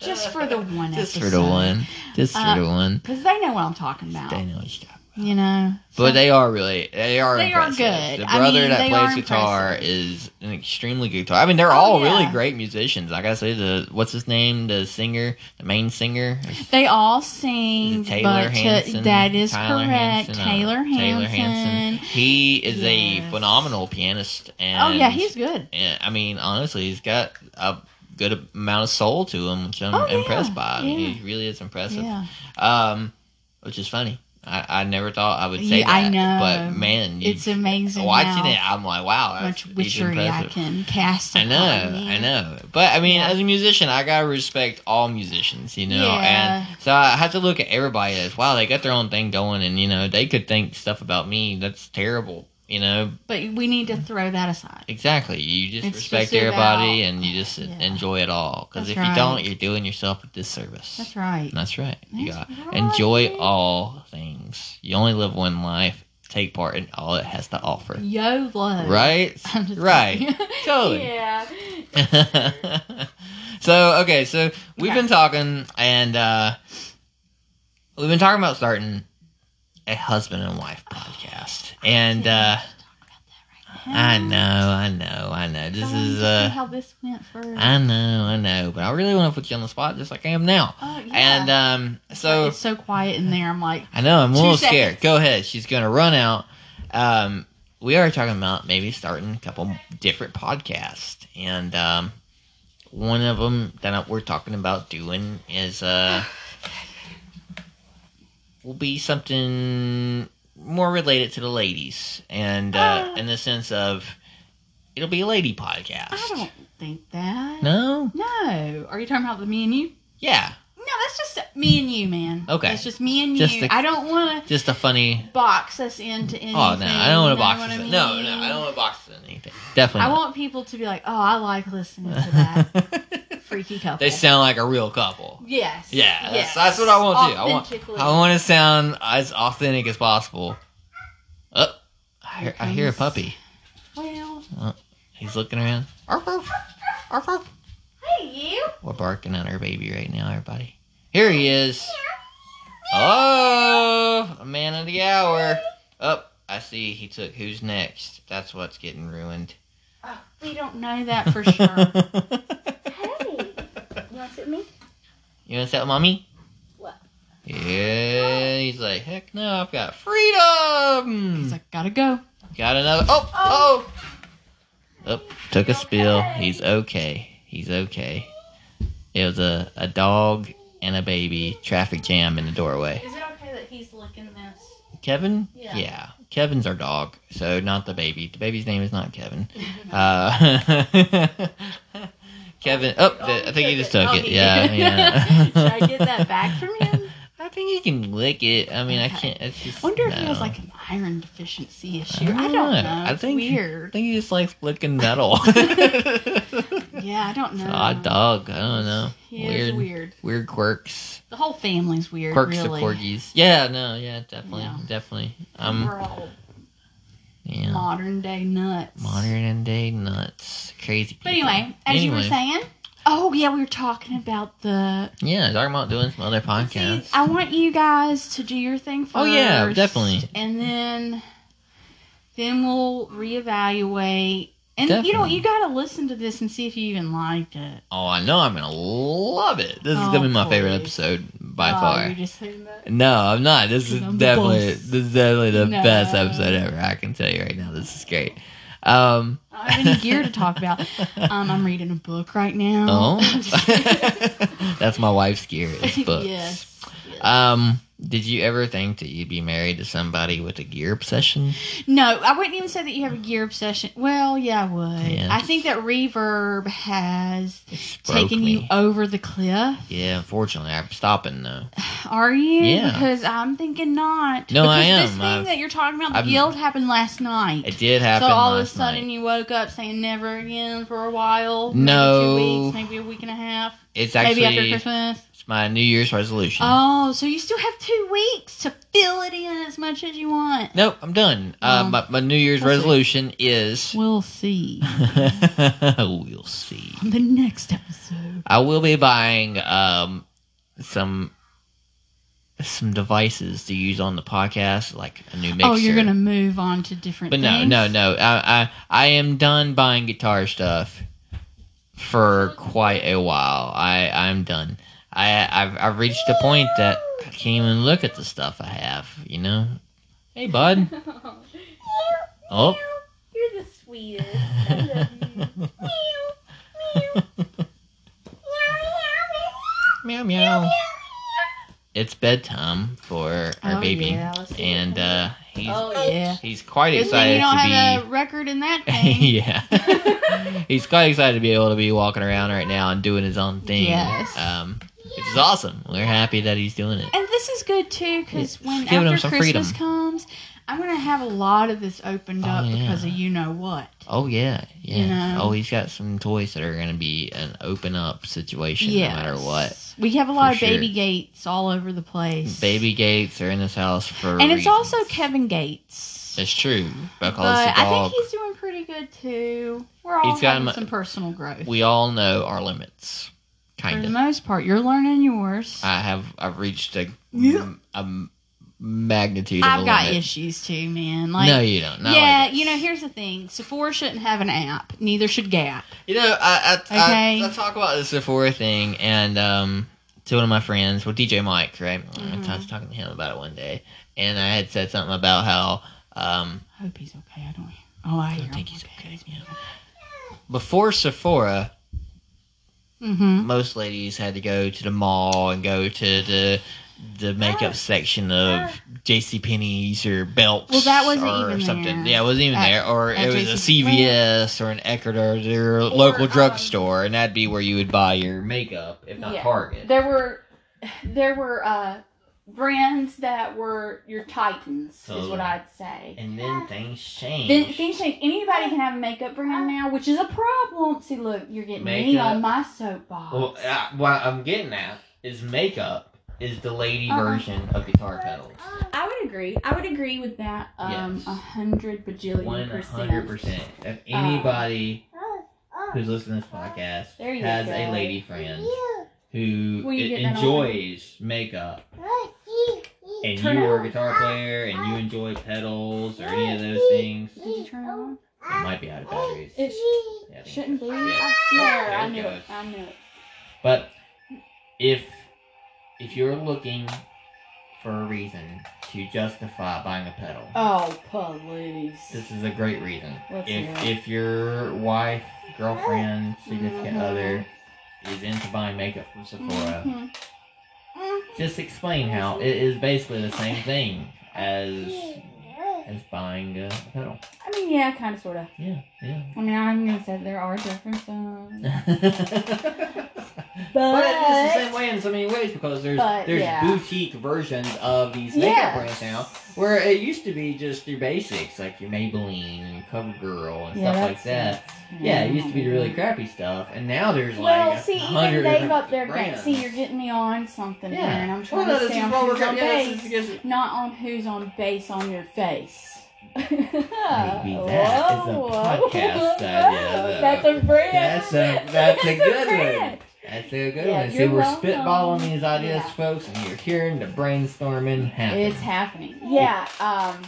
S2: Just for the one
S1: Just for the
S2: episode.
S1: one. Just
S2: Uh,
S1: for the one.
S2: Because they know what I'm talking about.
S1: They know what you got.
S2: you know.
S1: But they are really they are
S2: They are
S1: impressive.
S2: good.
S1: The
S2: I
S1: brother
S2: mean,
S1: that
S2: they
S1: plays
S2: are
S1: guitar
S2: impressive.
S1: is an extremely good guitar. I mean, they're
S2: Oh,
S1: all
S2: yeah.
S1: really great musicians. Like I say, the what's his name, the singer, the main singer, is-
S2: They all sing,
S1: is it Taylor
S2: but to-
S1: Hanson.
S2: that is
S1: Tyler
S2: correct.
S1: Hanson, uh,
S2: Taylor Hanson.
S1: Taylor Hanson. He is a
S2: Yes.
S1: phenomenal pianist. And
S2: Oh yeah, he's good.
S1: and, I mean, honestly, he's got a good amount of soul to him, which I'm
S2: Oh, yeah.
S1: impressed by. I mean,
S2: Yeah.
S1: he really is impressive.
S2: Yeah,
S1: Um, which is funny. I, I never thought I would say
S2: Yeah,
S1: that.
S2: I know.
S1: But man, you,
S2: it's amazing.
S1: watching
S2: how
S1: it, I'm like, wow, that's he's
S2: much witchery I
S1: impressive.
S2: can cast.
S1: I know,
S2: upon, yeah.
S1: I know. But I mean,
S2: Yeah.
S1: as a musician, I gotta respect all musicians, you know.
S2: Yeah.
S1: And so I have to look at everybody as wow, they got their own thing going, and you know, they could think stuff about me that's terrible, you know.
S2: But we need to throw that aside.
S1: Exactly. You just
S2: It's
S1: respect
S2: just
S1: everybody,
S2: about-
S1: and you just
S2: Yeah.
S1: enjoy it all. Because
S2: That's
S1: if you
S2: right.
S1: don't, you're doing yourself a disservice.
S2: That's right.
S1: That's right. You
S2: That's
S1: gotta
S2: right.
S1: enjoy all things. You only live one life. Take part in all it has to offer.
S2: YOLO.
S1: Right?
S2: I'm just
S1: Right.
S2: kidding.
S1: Totally.
S4: Yeah.
S1: so okay, so we've
S2: Okay.
S1: been talking and uh we've been talking about starting a husband and wife podcast. And uh I know, I know, I know.
S2: I
S1: This
S2: wanted
S1: is
S2: to see
S1: uh
S2: how this went for.
S1: I know, I know, but I really want to put you on the spot just like I am now.
S2: oh, yeah.
S1: And um so
S2: it's so quiet in there. I'm like,
S1: I know. I'm a
S2: Two
S1: little
S2: seconds.
S1: scared. Go ahead. She's gonna run out. Um, we are talking about maybe starting a couple different podcasts, and um, one of them that we're talking about doing is uh, will be something more related to the ladies, and uh,
S2: Uh.
S1: in the sense of it'll be a lady podcast.
S2: I don't think that.
S1: No.
S2: No. Are you talking about the me and you?
S1: Yeah.
S2: No, that's just me and you, man.
S1: Okay.
S2: That's just me and
S1: Just
S2: you.
S1: the-
S2: I don't want
S1: Just a funny.
S2: to box us into anything.
S1: Oh no! I don't want
S2: you
S1: to
S2: know
S1: box
S2: what
S1: this.
S2: I
S1: in. No,
S2: mean?
S1: no, I don't want to box this in anything. Definitely.
S2: I
S1: not.
S2: want people to be like, oh, I like listening to that freaky couple.
S1: they sound like a real couple.
S2: Yes.
S1: Yeah, that's-
S2: yes.
S1: that's what I want, too. I want-
S2: Authentically.
S1: I want to sound as authentic as possible. Oh, I hear, I hear a puppy.
S2: Well,
S1: He's looking around. Arf, arf, arf, arf.
S2: hey, you.
S1: We're barking at our baby right now, everybody. Here he is. Oh, a man of the hour. Oh, I see he took who's next. That's what's getting ruined.
S2: We don't know that for sure.
S4: You want to sit with me?
S1: You want to tell mommy?
S4: What?
S1: Yeah, he's like, heck no, I've got freedom.
S2: He's like, gotta go.
S1: Got another. Oh, oh. Oh, took a spill. He's okay. He's okay. It was a, a dog and a baby traffic jam in the doorway.
S2: Is it okay that he's licking this?
S1: Kevin?
S2: Yeah.
S1: Kevin's our dog, so not the baby. The baby's name is not Kevin. Uh, Kevin. Oh, th- I think he just took
S2: Oh,
S1: it.
S2: he
S1: Yeah,
S2: did.
S1: yeah.
S2: Should I get that back from him?
S1: I think he can lick it. I mean, I
S2: Okay.
S1: can't. It's just,
S2: Wonder if he
S1: no.
S2: has like an iron deficiency issue. I
S1: don't
S2: don't,
S1: know.
S2: know.
S1: I
S2: It's
S1: think- I
S2: weird.
S1: think he just likes licking metal.
S2: Yeah, I don't know.
S1: Odd dog. I don't know.
S2: He
S1: weird,
S2: is
S1: weird,
S2: weird.
S1: quirks.
S2: The whole family's weird.
S1: Quirks
S2: really.
S1: to corgis. Yeah, no, yeah, definitely,
S2: Yeah.
S1: definitely. Um,
S2: We're all
S1: yeah,
S2: modern day nuts.
S1: modern and day nuts, crazy.
S2: But
S1: people.
S2: anyway, as you were
S1: Anyway.
S2: saying, oh yeah, we were talking about the.
S1: yeah, talking about doing some other podcasts.
S2: See, I want you guys to do your thing first.
S1: Oh, yeah, definitely.
S2: And then, then we'll reevaluate. And you know what?
S1: Definitely.
S2: You got to listen to this and see if you even liked it.
S1: oh, I know, I'm gonna love it. This is
S2: Oh,
S1: gonna be my favorite
S2: please.
S1: episode by
S2: Oh,
S1: far.
S2: You're just saying that.
S1: No, I'm not. This is
S2: Because I'm the
S1: definitely
S2: boss.
S1: this is definitely the
S2: No.
S1: best episode ever. I can tell you right now, this is great. Um,
S2: I don't have any gear to talk about. Um, I'm reading a book right now. I'm just kidding.
S1: Oh, that's my wife's gear. It's Oh. books.
S2: yes.
S1: Um, did you ever think that you'd be married to somebody with a gear obsession?
S2: No, I wouldn't even say that you have a gear obsession. Well, yeah, I would.
S1: Yeah.
S2: I think that reverb has
S1: It's
S2: taken you over the cliff.
S1: Yeah, unfortunately, I'm stopping though.
S2: Are you?
S1: Yeah.
S2: Because I'm thinking not.
S1: No,
S2: because
S1: I am.
S2: This thing
S1: I've-
S2: that you're talking about, the
S1: I've-
S2: guild, happened last night.
S1: It did happen.
S2: so all of a
S1: last
S2: sudden
S1: night.
S2: you woke up saying never again for a while.
S1: No.
S2: Maybe two weeks, maybe a week and a half.
S1: it's actually hmm.
S2: maybe after Christmas.
S1: it's my New Year's resolution.
S2: Oh, so you still have two weeks to fill it in as much as you want.
S1: no, I'm done. Uh,
S2: Well,
S1: my, my New Year's
S2: we'll see.
S1: resolution is.
S2: We'll see
S1: we'll see.
S2: on the next episode.
S1: I will be buying um some some devices to use on the podcast, like a new mixer.
S4: Oh, you're gonna move on to different.
S1: But no,
S4: things?
S1: no, no. I, I I am done buying guitar stuff for quite a while. I I'm done. I I've, I've reached a point that I can't even look at the stuff I have. You know. Hey, bud. Oh.
S2: You're the sweetest. I love you.
S1: meow meow. It's bedtime for our
S4: Oh,
S1: baby,
S4: yeah, let's see
S1: and uh, he's
S2: Oh,
S4: Yeah.
S1: he's quite
S4: Good thing
S1: excited
S4: you don't
S1: to be.
S4: have a record in that thing.
S1: yeah. He's quite excited to be able to be walking around right now and doing his own thing.
S4: Yes.
S1: Um, which is awesome. We're happy that he's doing it.
S4: And this is good too, because
S1: Yeah,
S4: when
S1: just giving 'em
S4: after
S1: some
S4: Christmas
S1: freedom.
S4: comes, I'm gonna have a lot of this opened
S1: Oh,
S4: up
S1: yeah.
S4: because of you know what.
S1: Oh yeah, yeah.
S4: You know.
S1: Oh, he's got some toys that are gonna be an open up situation no matter what.
S4: Yes. We have a lot
S1: For
S4: of baby
S1: sure.
S4: gates all over the place.
S1: Baby Gates are in this house for.
S4: and it's also
S1: reasons.
S4: Kevin Gates.
S1: It's true because
S4: but
S1: the
S4: I think
S1: dog.
S4: he's doing pretty good too. We're all
S1: He's got
S4: having
S1: him-
S4: some personal growth.
S1: We all know our limits,
S4: For
S1: kind
S4: the
S1: of.
S4: most part, you're learning yours.
S1: I have I've reached a
S4: Yeah.
S1: a magnitude. of
S4: I've
S1: a
S4: got
S1: limit.
S4: issues too, man. Like,
S1: no, you don't. Not
S4: yeah,
S1: like this.
S4: you know, here's the thing: Sephora shouldn't have an app. Neither should Gap.
S1: You know, I I,
S4: Okay.
S1: I I talk about the Sephora thing, and um, to one of my friends, well, DJ Mike, right?
S4: Mm-hmm.
S1: I was talking to him about it one day, and I had said something about how um,
S4: I hope he's okay. I don't. Oh, I, hear
S1: think
S4: him.
S1: he's okay, before Sephora,
S4: Mm-hmm.
S1: most ladies had to go to the mall and go to the the
S4: Ah.
S1: makeup section of J.C. Penney's or Belts.
S4: Well, that wasn't
S1: or
S4: even
S1: something.
S4: there.
S1: Yeah, it wasn't even
S4: At-
S1: there. Or
S4: at
S1: it was a
S4: JCPenney.
S1: CVS or an Eckerd or your
S2: um,
S1: local drugstore, and that'd be where you would buy your makeup, if not
S2: Yeah.
S1: Target.
S2: There were, there were uh, brands that were your titans, is
S1: Totally.
S2: what I'd say.
S1: And then things change.
S2: Then things change. Anybody can have a makeup brand now, which is a problem. See, look, you're getting me
S1: Makeup.
S2: on my soapbox.
S1: well, uh, what I'm getting at is makeup is the lady
S2: Uh-huh.
S1: version of guitar pedals.
S2: I would agree. I would agree with that. Um,
S1: Yes.
S2: a hundred bajillion
S1: One
S2: percent.
S1: hundred percent.
S2: Oh.
S1: If anybody who's listening to this podcast
S2: There you
S1: has
S2: go.
S1: a lady friend who
S2: Will you
S1: e-
S2: get that on?
S1: enjoys makeup, and
S2: Turn
S1: you
S2: it
S1: are
S2: on.
S1: a guitar player and you enjoy pedals or any of those things, it
S2: Did you turn it on?
S1: might be out of batteries.
S2: It
S1: Yeah, I think
S2: shouldn't be.
S1: so.
S2: I
S1: Yeah.
S2: swear,
S1: There
S2: I
S1: it
S2: knew
S1: goes.
S2: it. I knew it.
S1: But if if you're looking for a reason to justify buying a pedal,
S2: Oh, police.
S1: this is a great reason.
S2: Let's
S1: if
S2: hear
S1: if your wife, girlfriend, significant
S2: Mhm.
S1: other is into buying makeup from Sephora,
S2: Mhm. Mm-hmm.
S1: just explain how it is basically the same thing as as buying a pedal.
S2: I mean, yeah, kind of, sort of.
S1: Yeah, yeah.
S2: I mean, I'm gonna say there are differences,
S1: but
S2: but
S1: it's the same way in so many ways because there's
S2: But,
S1: there's
S2: yeah.
S1: boutique versions of these makeup
S2: Yes.
S1: brands now where it used to be just your basics like your Maybelline and CoverGirl and stuff like that.
S2: that's- Mm-hmm.
S1: Yeah, it used to be the really crappy stuff, and now there's like
S2: Well,
S1: a
S2: see, even
S1: hundred
S2: they've
S1: different
S2: up their game.
S1: brands.
S2: See, you're getting me on something here, and I'm trying
S1: Well,
S2: to
S1: no,
S2: stay
S1: this
S2: on
S1: is what we're
S2: who's on
S1: gonna- yeah, this
S2: base,
S1: is- yes,
S2: not on who's on base on your face. Maybe
S1: Maybe that is a podcast idea, though.
S2: That's a brand.
S1: That's a- that's a good one.
S2: brand.
S1: That's a good
S2: Yeah,
S1: one. See,
S2: you're
S1: we're
S2: welcome.
S1: spitballing these ideas,
S2: Yeah.
S1: folks, and you're hearing the brainstorming happen.
S2: It's happening. Yeah. Um.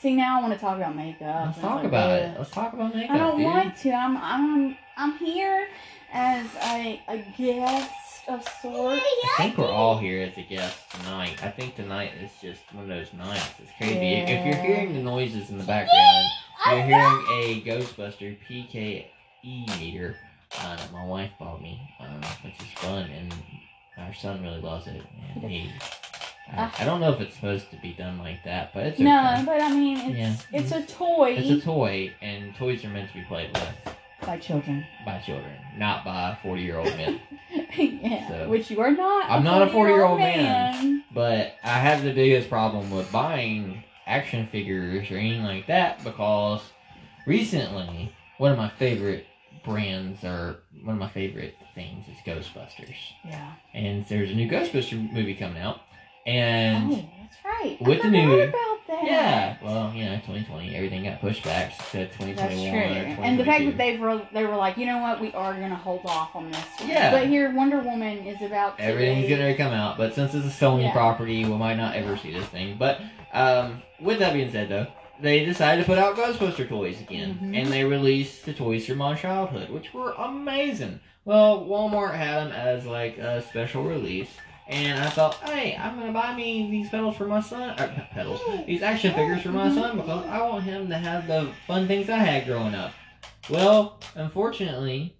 S2: See, now I want to talk about makeup.
S1: Let's
S2: and
S1: talk
S2: like
S1: about
S2: that.
S1: it. Let's talk about makeup.
S2: I don't
S1: dude.
S2: want to. I'm I'm I'm here as a a guest of sorts.
S1: I think we're all here as a guest tonight. I think tonight is just one of those nights. It's crazy. If- If you're
S2: Yeah.
S1: hearing the noises in the background, you're hearing a Ghostbuster PKE meter uh, that my wife bought me, um, which is fun, and our son really loves it. And he, I, I don't know if it's supposed to be done like that, but it's
S2: No,
S1: okay.
S2: but I mean it's
S1: Yeah.
S2: it's a toy
S1: It's a toy, and toys are meant to be played with
S2: by children.
S1: by children, not by 40 year old men.
S2: yeah,
S1: So-
S2: which you are not.
S1: I'm not a 40-year-old
S2: 40-year-old
S1: man. But I have the biggest problem with buying action figures or anything like that because recently one of my favorite brands or one of my favorite things is Ghostbusters.
S2: Yeah.
S1: And there's a new Ghostbuster movie coming out. And
S2: Oh, that's right.
S1: With the
S2: I forgot
S1: new-
S2: about
S1: Yeah. Well, you know, 2020, everything got pushed back to 2021
S2: That's true.
S1: or
S2: And the fact
S1: 2022.
S2: that they were they were like, you know what, we are gonna hold off on this. One.
S1: Yeah.
S2: But here, Wonder Woman is about to
S1: Everything's
S2: be-
S1: gonna come out, but since it's a Sony
S2: Yeah.
S1: property, we might not ever see this thing. But um, with that being said, though, they decided to put out Ghostbuster toys again,
S2: Mhm.
S1: and they released the toys from my childhood, which were amazing. Well, Walmart had them as like a special release, and I thought, hey, I'm gonna buy me these pedals for my son, or not pedals, these action figures for my son because I want him to have the fun things I had growing up. Well, unfortunately,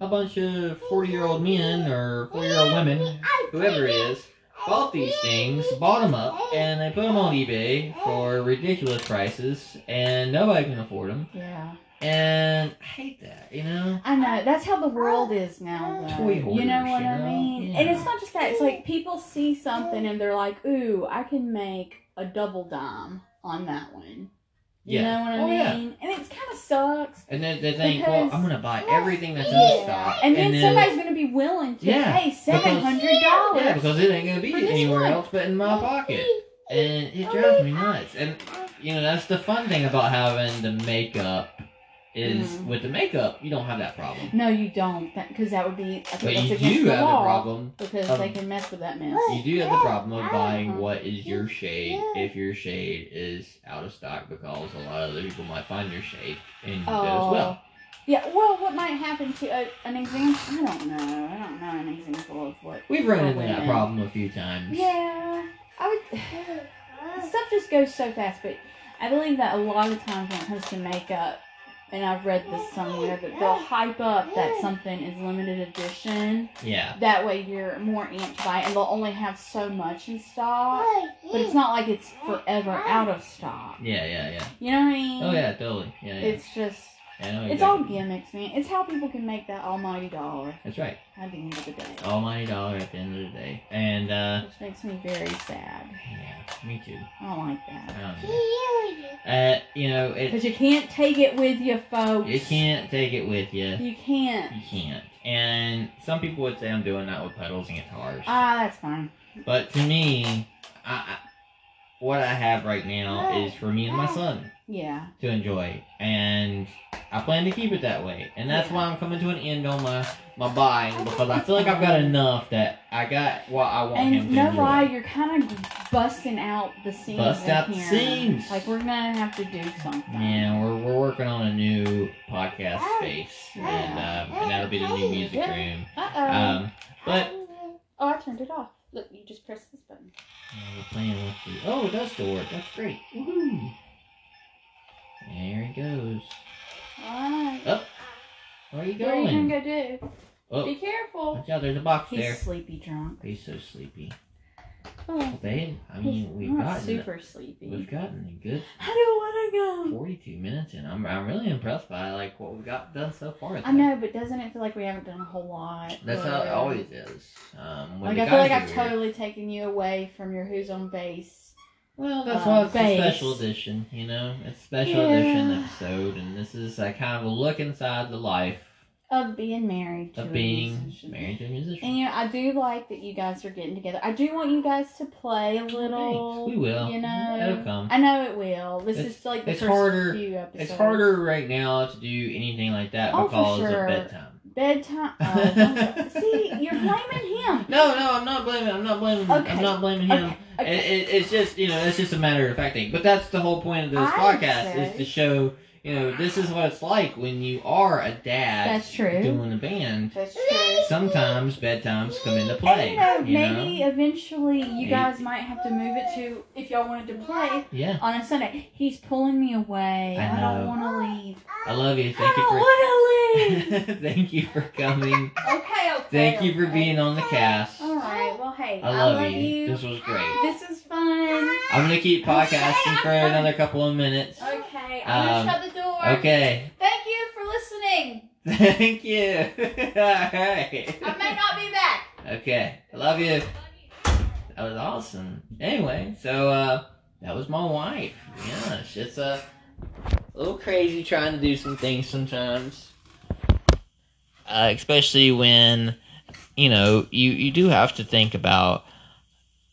S1: a bunch of 40 year old men or 40 year old women, whoever it is, bought these things, bought them up, and they put them on eBay for ridiculous prices, and nobody can afford them.
S2: Yeah.
S1: And I hate that, you know?
S2: I know. That's how the world is now. Though.
S1: Toy
S2: you know
S1: hoarders,
S2: what
S1: you
S2: I
S1: know?
S2: mean?
S1: Yeah.
S2: And it's not just that. It's like people see something and they're like, "Ooh, I can make a double dime on that one." You
S1: Yeah.
S2: know what I
S1: Oh, yeah.
S2: mean? And it's kind of sucks.
S1: And then they think, well, I'm gonna buy everything that's in stock.
S2: And then, somebody's gonna be willing to
S1: Yeah,
S2: pay seven hundred dollars.
S1: Yeah, because it ain't gonna be
S2: For this
S1: anywhere
S2: one.
S1: else but in my pocket. And
S2: Oh,
S1: it drives me nuts. And you know, that's the fun thing about having the makeup is
S2: Mhm.
S1: with the makeup, you don't have that problem.
S2: No, you don't, because that would be. I
S1: But
S2: think that's
S1: you
S2: against
S1: do
S2: the
S1: have
S2: law
S1: the problem. Um,
S2: because
S1: of-
S2: they can mess with that mess.
S1: You do have the problem of buying
S2: Uh-huh.
S1: what is your shade if your shade is out of stock because a lot of other people might find your shade and you do as well.
S2: Oh, Yeah, well, what might happen to a, an example? I don't know. I don't know an example of what.
S1: We've run
S2: for
S1: into that
S2: women.
S1: problem a few times.
S2: Yeah, I would. Stuff just goes so fast, but I believe that a lot of times when it comes to makeup, and I've read this somewhere, that they'll hype up that something is limited edition.
S1: Yeah.
S2: That way you're more amped by it, and they'll only have so much in stock. But it's not like it's forever out of stock.
S1: Yeah, yeah, yeah.
S2: You know what I mean?
S1: Oh yeah, totally. Yeah, yeah.
S2: It's just.
S1: I know
S2: It's
S1: exactly.
S2: all gimmicks, man. It's how people can make that almighty dollar
S1: That's right.
S2: at the end of the day.
S1: Almighty dollar at the end of the day. And uh
S2: Which makes me very sad.
S1: yeah, me too.
S2: I don't like
S1: I
S2: that.
S1: don't know. Uh you know,
S2: Because
S1: it
S2: you can't take it with you, folks.
S1: you can't take it with you.
S2: You can't.
S1: You can't. And some people would say I'm doing that with pedals and guitars.
S2: Ah, that's fine.
S1: But to me, I, I, what I have right now is for me and my son
S2: Yeah.
S1: to enjoy, and I plan to keep it that way. And that's why I'm coming to an end on my my buying because I feel like I've got enough that I got what I want him
S2: And
S1: to
S2: no
S1: enjoy.
S2: lie, you're kind of busting out the scenes.
S1: Bust
S2: in
S1: out the
S2: here.
S1: seams.
S2: Like, we're going to have to do something.
S1: Yeah, we're, we're working on a new podcast space, and, uh, and that'll be the new music room.
S2: Uh-oh.
S1: Um, but
S2: oh, I turned it off. Look, you just press this button.
S1: Yeah, we're playing with the. Oh, it does still work. That's great. Woohoo! There it goes.
S2: Alright.
S1: Where are you
S2: What are you
S1: going?
S2: going to go do? Be
S1: oh,
S2: careful.
S1: watch out! There's a box
S2: He's
S1: there.
S2: sleepy drunk.
S1: He's so sleepy.
S2: Oh,
S1: Babe, I
S2: he's
S1: mean, we've
S2: not
S1: gotten
S2: super sleepy.
S1: we've gotten a good
S2: I don't want to go.
S1: 42 minutes, and I'm I'm really impressed by like what we got done so far.
S2: I know, but doesn't it feel like we haven't done a whole lot?
S1: That's how it
S2: Or-
S1: always is. Um, when
S2: Like
S1: the
S2: I feel
S1: guys
S2: like
S1: are
S2: I've
S1: here-
S2: totally taken you away from your who's on base.
S1: Well, that's
S2: uh,
S1: why it's
S2: base.
S1: a special edition, you know. It's a special edition
S2: Yeah.
S1: episode, and this is like kind of a look inside the life
S2: Of being married to
S1: of
S2: a
S1: being
S2: musician.
S1: married to a musician.
S2: And you know, I do like that you guys are getting together. I do want you guys to play a little.
S1: Thanks. We will.
S2: You
S1: It'll
S2: know,
S1: come.
S2: I know it will. This
S1: It's-
S2: is like the
S1: it's
S2: first
S1: harder-
S2: few episodes.
S1: It's harder right now to do anything like that
S2: Oh, for
S1: because
S2: sure.
S1: of bedtime.
S2: Bedtime. Oh, don't- see, you're blaming him.
S1: No, no, I'm not blaming. I'm not blaming.
S2: Okay.
S1: I'm not blaming him.
S2: Okay. okay.
S1: It, it, it's just you know, it's just a matter of fact thing. But that's the whole point of this
S2: I
S1: podcast
S2: say-
S1: is to show you know this is what it's like when you are a dad
S2: That's true.
S1: doing a band.
S2: That's true.
S1: Sometimes bedtimes come into
S2: And
S1: play.
S2: you know,
S1: you know?
S2: maybe eventually you
S1: Maybe.
S2: guys might have to move it to if y'all wanted to play
S1: Yeah,
S2: on a Sunday. He's pulling me away.
S1: I
S2: I,
S1: know.
S2: don't want to leave.
S1: I love you.
S2: I
S1: Thank you
S2: don't
S1: for.
S2: want to leave.
S1: Thank you for coming.
S2: okay, okay.
S1: Thank you for
S2: okay.
S1: being on the cast.
S2: All right. Well, hey,
S1: I love, you. This was great.
S2: This is fun.
S1: I'm gonna keep podcasting for another couple of minutes.
S2: Okay, I'm
S1: Um,
S2: gonna shut the door.
S1: Okay.
S2: Thank you for listening.
S1: Thank you. Alright.
S2: I may not be back.
S1: Okay. I love you. That was awesome. Anyway, so uh that was my wife. Yeah, shit's uh, a little crazy trying to do some things sometimes. Uh, especially when you know, you, you do have to think about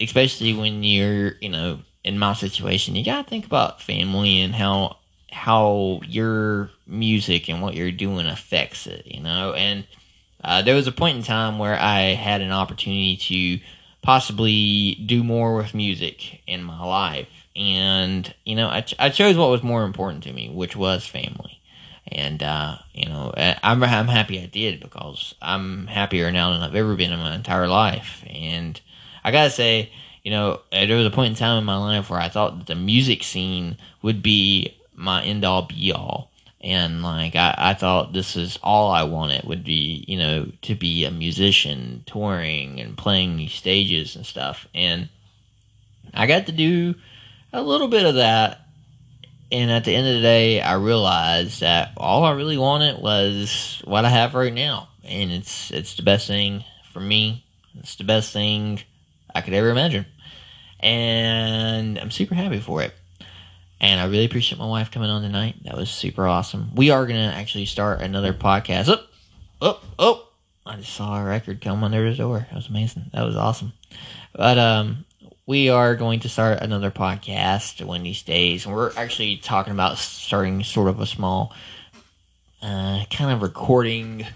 S1: especially when you're, you know, in my situation, you gotta think about family and how how your music and what you're doing affects it, you know. And uh, there was a point in time where I had an opportunity to possibly do more with music in my life, and you know, I, ch- I chose what was more important to me, which was family. And uh, you know, I- I'm I'm happy I did because I'm happier now than I've ever been in my entire life. And I gotta say, you know, uh, there was a point in time in my life where I thought that the music scene would be my end all be all. And like I, I thought this is all I wanted would be, you know, to be a musician touring and playing these stages and stuff. And I got to do a little bit of that and at the end of the day I realized that all I really wanted was what I have right now. And it's it's the best thing for me. It's the best thing I could ever imagine. And I'm super happy for it. And I really appreciate my wife coming on tonight. That was super awesome. We are going to actually start another podcast. Oh, oh, oh. I just saw a record come under the door. That was amazing. That was awesome. But um, we are going to start another podcast one of these days. And we're actually talking about starting sort of a small uh, kind of recording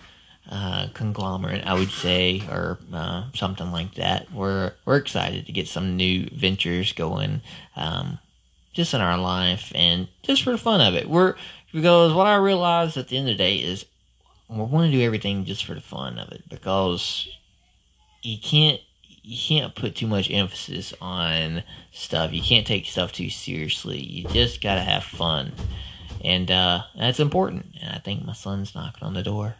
S1: uh, conglomerate, I would say, or uh, something like that. We're we're excited to get some new ventures going, um, just in our life and just for the fun of it. We're because what I realized at the end of the day is we want to do everything just for the fun of it because you can't you can't put too much emphasis on stuff. You can't take stuff too seriously. You just gotta have fun. And uh, that's important. And I think my son's knocking on the door.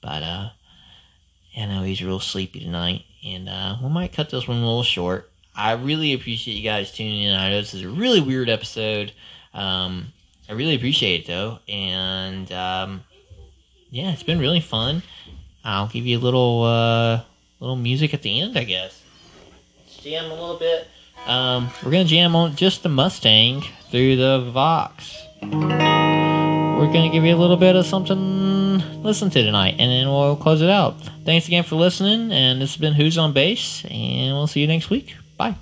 S1: But uh, I know he's real sleepy tonight, and uh, we might cut this one a little short. I really appreciate you guys tuning in. I know this is a really weird episode. Um, I really appreciate it though, and um, yeah, it's been really fun. I'll give you a little uh, little music at the end, I guess. Let's jam a little bit. Um, we're gonna jam on just the Mustang through the Vox we're going to give you a little bit of something to listen to tonight, and then we'll close it out. Thanks again for listening, and this has been Who's on Base, and we'll see you next week. Bye.